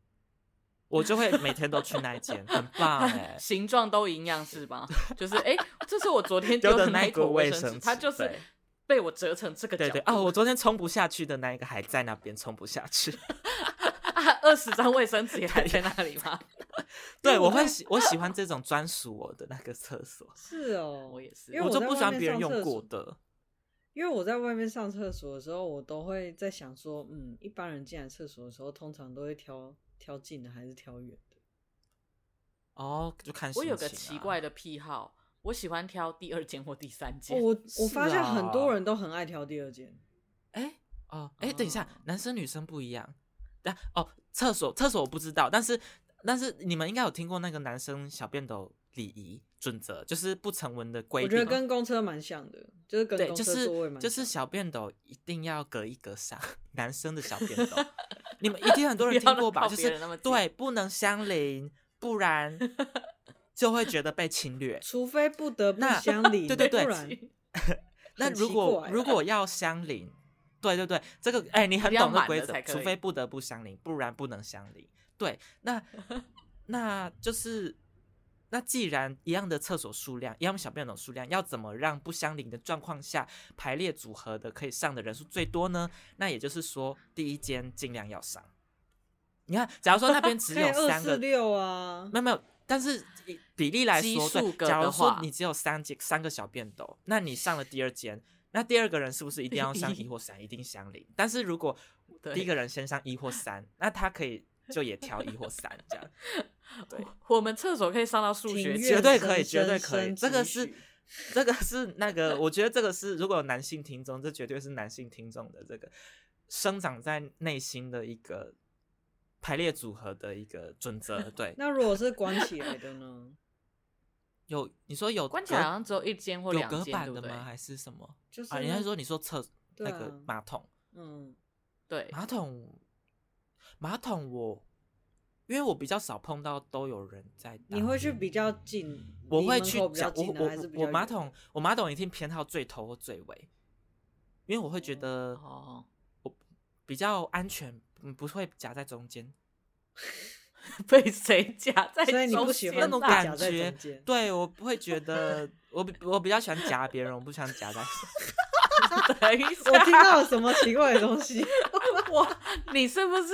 S3: 我就会每天都去那一间，很 棒哎、
S1: 形状都一样是吧？ 就是哎、这是我昨天
S3: 丢
S1: 丢
S3: 的
S1: 的
S3: 那
S1: 那
S3: 一
S1: 一
S3: 坨
S1: 坨
S3: 卫
S1: 卫
S3: 生
S1: 生
S3: 纸
S1: 纸，它就是
S3: 对
S1: 被我折成这个角
S3: 对
S1: 度。
S3: 对啊，我昨天冲不下去的那一个还在那边冲不下去。
S1: 啊，二十张卫生纸也还在那里吗？
S3: 对，我会喜我喜欢这种专属我的那个厕所，
S2: 是哦，
S1: 我也是
S2: 因为
S3: 我就
S2: 在
S3: 不
S2: 外
S3: 喜欢
S2: 面
S3: 别人
S2: 上
S3: 用
S2: 厕
S3: 过
S2: 所。
S3: 的。
S2: 因为我在外面上厕所的时候，我都会在想说，嗯，一般人进来厕所的时候，通常都会挑挑近的还是挑远的？
S3: 哦，就看
S1: 我有个
S3: 心情
S1: 奇
S3: 啊
S1: 怪的癖好，我喜欢挑第二间或第三
S2: 哦
S1: 间。
S2: 我我
S3: 是
S2: 发现很
S3: 啊
S2: 多人都很爱挑第二间，
S3: 哎哦哎，等一下
S1: 哦，
S3: 男生女生不一样。但哦，厕所厕所我不知道，但是但是你们应该有听过那个男生小便斗礼仪准则，就是不成文的规
S2: 我
S3: 定。
S2: 觉得跟公车蛮像的，就是跟
S3: 对，
S2: 公
S3: 就
S2: 车座位
S3: 是
S2: 蛮
S3: 就是
S2: 像
S3: 小便斗一定要隔一隔上，男生的小便 斗，你们一定很多人
S1: 不要
S3: 听过吧？
S1: 靠
S3: 就
S1: 别
S3: 是
S1: 人那么近
S3: 对，不能相邻，不 然就会觉得被侵略
S2: 的，。除非不得不
S3: 那
S2: 相 邻，
S3: 对对对
S2: 不然
S3: 那
S2: 很
S3: 如
S2: 奇
S3: 果
S2: 怪啊
S3: 如果要相邻，对对对，这个哎、你很
S1: 一定要
S3: 懂这
S1: 满
S3: 规
S1: 了
S3: 则
S1: 才，可
S3: 除
S1: 以
S3: 非不得不相邻，不然不能相邻。对，那 那就是那既然一样的厕所数量，一样小便斗数量，要怎么让不相邻的状况下排列组合的可以上的人数最多呢？那也就是说，第一间尽量要上。你看，假如说那边 只
S2: 可以
S3: 有
S2: 二
S3: 三
S2: 四
S3: 个，
S2: 六啊
S3: 没，有没有，但是以比例来
S1: 基
S3: 说，对
S1: 数格
S3: 假如
S1: 的
S3: 说
S1: 话
S3: 你只有三间三个小便斗，那你上了第二间，那第二个人是不是一定要上一或三，一定相邻？但是如果
S1: 对
S3: 第一个人先上一或 三，那他可以就也挑一或三这样，对，
S1: 我们厕所可以上到数
S2: 庭
S1: 学
S2: 院
S1: 系，
S3: 绝对可以，
S2: 生
S3: 绝对
S2: 生
S3: 可以，
S2: 生
S3: 这个
S2: 几
S3: 是
S2: 许。
S3: 这个是那个， 我觉得这个是如果有男性听众，这绝对是男性听众的这个生长在内心的一个排列组合的一个准则。对，
S2: 那如果是关起来的呢？
S3: 有你说有
S1: 关起来好像只有一间或
S3: 有
S1: 两
S3: 隔
S1: 间
S3: 板
S1: 对
S3: 的
S1: 不对
S3: 吗？还是什么？
S2: 就是
S3: 啊，人家说你说厕
S2: 对
S3: 那
S2: 啊
S3: 个马桶，
S2: 嗯
S1: 对，
S3: 马桶，马桶我，因为我比较少碰到都有人在打，
S2: 你会去比较近，
S3: 我
S2: 离
S3: 会
S2: 门
S3: 去
S2: 口比较
S3: 讲我
S2: 近呢，啊还是比
S3: 我
S2: 较
S3: 我马
S2: 远
S3: 桶我马桶一定偏好最头或最尾，因为我会觉得
S1: 哦，
S3: 比较安全，嗯，不会夹在中间。
S1: 被谁夹在中
S2: 所以
S1: 间？
S2: 你不喜欢
S3: 那种
S2: 被
S3: 感
S2: 夹在
S3: 觉
S2: 中间
S3: 对我不会觉得我比我比较喜欢夹别人，我不喜欢 夹在。
S1: 等一下，
S2: 我听到了什么奇怪的东西？
S1: 我，你是不是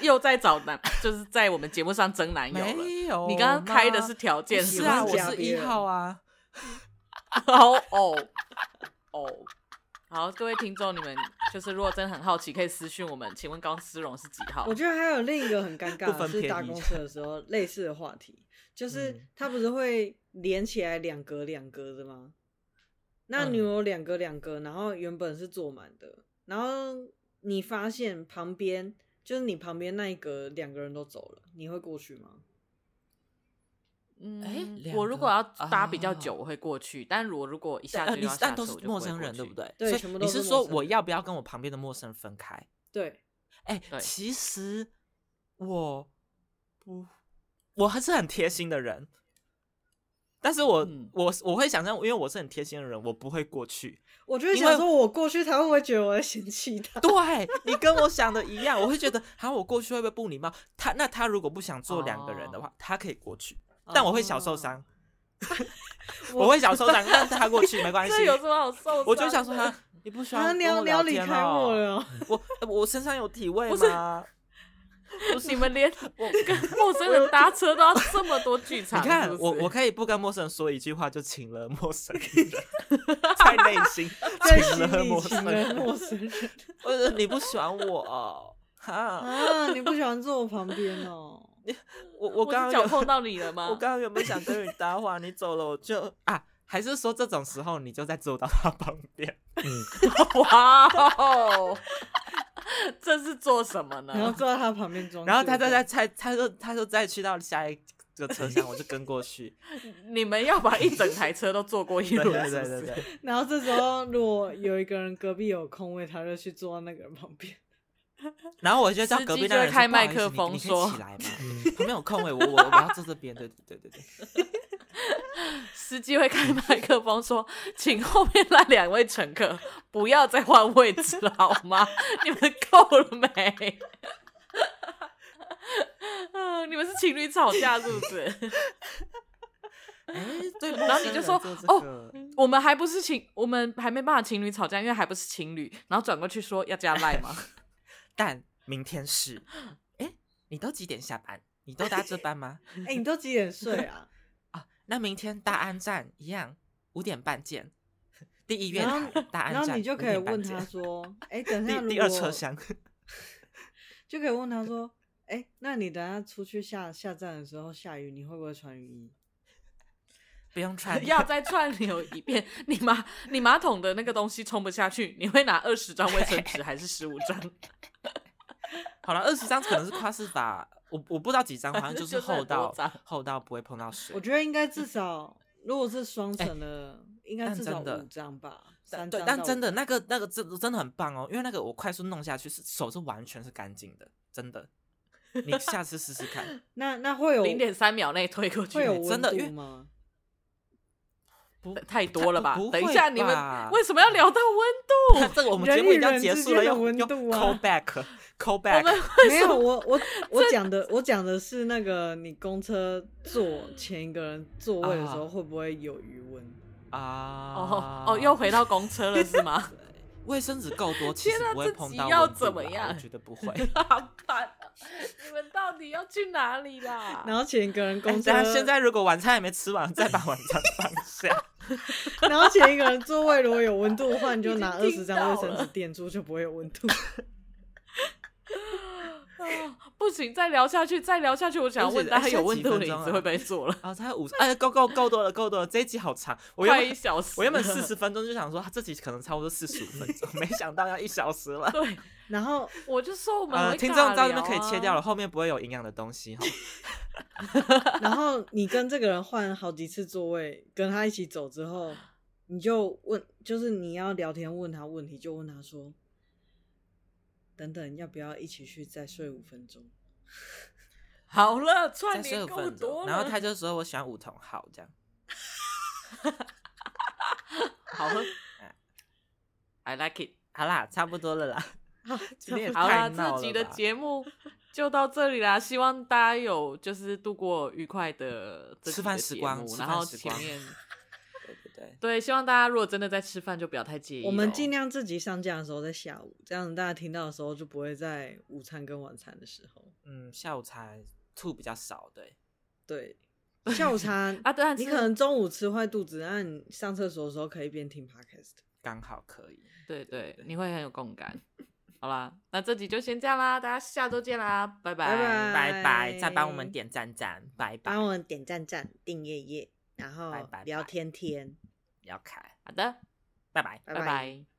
S1: 又在找男？就是在我们节目上争男友了？
S3: 没有，
S1: 你刚刚开的是条件
S3: 不是
S1: 不
S3: 啊，
S2: 是啊
S3: 我
S2: 夹
S3: 是
S2: 别
S3: 一
S2: 人
S3: 号啊。
S1: 好哦哦，好，各位听众，你们就是如果真的很好奇，可以私讯我们，请问高思荣是几号
S2: 我？觉得还有另一个很尴尬
S3: 不
S2: 的
S3: 分
S2: 是
S3: 偏
S2: 搭
S3: 移
S2: 公车的时 候，类似的话题，就是
S3: 嗯
S2: 它不是会连起来两格两格的吗？那
S3: 嗯
S2: 你有两格两格，然后原本是坐满的，然后你发现旁边就是你旁边那一格两个人都走了，你会过去吗？
S3: 哎
S1: 嗯，
S3: 两
S1: 我如果要
S3: 个
S1: 搭比较
S3: 啊
S1: 久，我会过去；但如果如果一下
S3: 呃，
S1: 就
S3: 你
S1: 要下
S3: 但
S1: 车，
S3: 都
S1: 我
S3: 是
S1: 就
S3: 陌
S1: 不会
S3: 生
S1: 过
S3: 人，对
S1: 去
S3: 不？对？
S2: 对
S3: 所以
S2: 全部都
S3: 你
S2: 是
S3: 是
S2: 陌
S3: 说
S2: 生人
S3: 我要不要跟我旁边的陌生人分开？
S2: 对，
S3: 哎、
S1: 对
S3: 其实我不，我还是很贴心的人，但是我、
S1: 嗯
S3: 我我会想象，因为我是很贴心的人，我不会过去。
S2: 我就会
S3: 因
S2: 想
S3: 为
S2: 说，我过去他会不会觉得我在嫌弃他？
S3: 对你跟我想的一样，我会觉得，好，我过去会不会不礼貌？他那他如果不想坐两个人
S1: 哦
S3: 的话，他可以过去，但我会小 受伤， 我会小受伤，但他过去没关 系。
S1: 这有什么好 受伤的？
S3: 我就想说，啊你不需要
S2: 啊，你
S3: 跟
S2: 要
S3: 我
S2: 你要
S3: 聊
S2: 离
S3: 天
S2: 开
S3: 哦
S2: 我了哦，
S3: 我我身上有体味
S1: 不是
S3: 吗？
S1: 你们连我跟陌生人搭车都要这么多 剧
S3: 你
S1: 场，
S3: 看
S1: 是，不
S3: 我
S1: 是
S3: 我可以不跟陌生人说一句话，就请了陌生人， 在内心
S2: 在
S3: 请
S2: 心
S3: 了
S2: 里
S3: 陌
S2: 请
S3: 生
S2: 了
S3: 人。
S2: 陌生人
S3: 我说你不喜欢我、哦，哈，
S2: 啊！你不喜欢坐我旁边 哦？
S3: 我我
S1: 是
S3: 刚刚
S1: 脚
S3: 有
S1: 碰 到你了吗？
S3: 我刚刚原本想跟你搭话，你走了我就啊，还是说这种时候你就在坐到他旁边？
S1: 哇哦， 这是做什么
S2: 然后
S1: 呢？
S2: 坐在啊他旁边装
S3: 然后他
S2: 作
S3: 再在猜，他说他说再去到下一个车厢，我就跟 过去。
S1: 你们要把一整台车都坐过一
S3: 对
S1: 轮，
S3: 对对
S1: 是不
S3: 对
S1: 是
S3: 对，
S2: 然后这时候如果有一个人隔壁有空位，他就去坐到那个人旁边。
S3: 然后我就叫隔壁那个
S1: 司机
S3: 人
S1: 就会
S3: 说
S1: 开
S3: 不好意思
S1: 麦克风
S3: 你你可以
S1: 说
S3: 起来嘛， 旁边有空位，我我我要坐这边。对对对对对。
S1: 司机会开麦克风说：“请后面那两位乘客 不要再换位置了，好吗？ 你们够了没？” 啊，你们是情侣吵架是不是？
S3: 哎，对，
S1: 然后你就说
S3: 哦，
S1: 我们还不是情，我们还没办法情侣吵架，因为还不是情侣。然后转过去说要加赖吗？。
S3: 但明天是，哎，你都几点下班？你都搭这班吗？
S2: 哎、你都几点睡 啊？
S3: 啊，那明天大安站一样，五点半见。第一月
S2: 然后
S3: 台大安
S2: 然
S3: 站，
S2: 后你就
S3: 5
S2: 可以
S3: 点半
S2: 问
S3: 见
S2: 他说：“哎、等一下如
S3: 第
S2: 果
S3: 第二车厢，
S2: 就可以问他说：‘哎、那你等一下出去下下站的时候下雨，你会不会穿雨衣
S3: 不用穿
S1: 要再串流一遍。 你马你马桶的那个东西冲不下去，你会拿二十张卫生纸还是十五张？
S3: 好了，二十张可能是夸饰法，我我不知道几 张，好像
S1: 就是
S3: 是厚
S1: 很多
S3: 到
S1: 张
S3: 厚到不会碰到？’水
S2: 我。觉得应该至少，如果是双层的，应该
S3: 哎但
S2: 至少
S3: 真的
S2: 五张吧，
S3: 但
S2: 三张
S3: 对
S2: 到，
S3: 但真的
S2: 五张
S3: 那个那个真的真的很棒哦，因为那个我快速弄下去是手是完全是干净的，真的。你下次试试 看，
S2: 那那会有
S1: 零点三秒内推过去
S2: 哦会有
S3: 真
S2: 温
S3: 的因
S2: 度
S3: 为
S2: 吗？
S3: 不
S1: 太多了吧
S3: 不？
S1: 等一
S3: 会
S1: 下，你们
S3: 吧
S1: 为什么要聊到温
S3: 那
S1: 度？
S3: 这个我们
S2: 人
S3: 节目
S2: 与
S3: 已经要
S2: 人
S3: 结
S2: 之
S3: 束
S2: 间
S3: 了，
S2: 的
S3: 用
S2: 温
S3: 用
S2: 度啊
S3: call back，call
S1: 我们
S3: back。
S2: 没有，我我我讲的我讲的是那个你公车坐前一个人座位的时候
S3: 啊
S2: 会不会有余温？
S3: 啊，
S1: 哦哦，又回到公车了是 吗？
S3: 卫生纸够多，其
S1: 天
S3: 实
S1: 哪
S3: 不会
S1: 这
S3: 碰
S1: 集
S3: 到
S1: 要
S3: 温度
S1: 怎么
S3: 啦
S1: 样
S3: 我觉得 不会。
S1: 好烦啊！你们到底要去哪里啦？
S2: 然后前一个人
S3: 哎
S2: 公车，
S3: 但现在如果晚餐还没吃完，再把晚餐放 下。
S2: 然后前一个人座位如果有温度的 话，你就拿二
S1: 已经
S2: 十
S1: 听到
S2: 张
S1: 了
S2: 卫生纸垫住，就不会有温度。
S1: 啊不行，再聊下去，再聊下去，我想
S3: 哦不
S1: 问
S3: 止
S1: 大
S3: 哎
S1: 家
S3: 现
S1: 有
S3: 在
S1: 温
S3: 几
S1: 度
S3: 分
S1: 的椅
S3: 钟
S1: 子
S3: 啊
S1: 会被做了，
S3: 哦，才五十，哎，够够够多了，够多了，这一集好长，我原
S1: 快一
S3: 本
S1: 小时了。
S3: 我 原本四十分钟就想说，啊这集可能差不多四十五分钟，没想到要一小时了。
S1: 对，
S2: 然后
S1: 我就说我们、
S3: 呃，听众到这边可以
S1: 啊
S3: 切掉了，。后面不会有营养的 东西哈。
S2: 然后你跟这个人换好几次座位，跟他一起走之后，你就问，就是你要聊天问他问题，就问他说，等等要不要一起去再睡五分钟？
S1: 好了，
S3: 再
S1: 串
S3: 睡
S1: 联
S3: 五
S1: 够
S3: 分
S1: 多
S3: 钟，
S1: 了。
S3: 然后 他就说我喜欢五同号这样。
S1: 好喝，I like it。
S3: 哎好啦，差不多了啦。
S2: 好，
S3: 今天也
S1: 好啦，
S3: 太闹
S1: 这
S3: 了
S1: 集的
S3: 吧
S1: 节目就到这里啦，希望大家有就是度过愉快的这
S3: 吃
S1: 集
S3: 饭
S1: 的
S3: 时
S1: 节
S3: 光
S1: 目
S3: 吃
S1: 然
S3: 饭
S1: 后
S3: 时
S1: 前
S3: 光
S1: 面
S3: 对对对，
S1: 对，希望大家如果真的在吃饭，就不要太介意哦。
S2: 我们尽量自己上架的时候在下午，这样大家听到的时候就不会在午餐跟晚餐的时候。
S3: 嗯，下午茶吐比较少，对，
S2: 对，下午茶
S1: 啊，对啊，
S2: 你
S1: 吃
S2: 可能中午吃坏肚子，那你上厕所的时候可以边听 podcast。
S3: 刚好可以。
S1: 对对
S3: 对，
S1: 你会很有共感。 好啦，那这集就先这样啦，大家下周见啦，拜拜
S2: 拜拜
S3: 拜拜，再帮我们点赞赞，拜拜，
S2: 帮我们点赞赞、订阅页，然后
S3: 拜拜拜
S2: 聊天天，
S3: 要开，
S1: 好的，
S3: 拜拜。
S1: 拜拜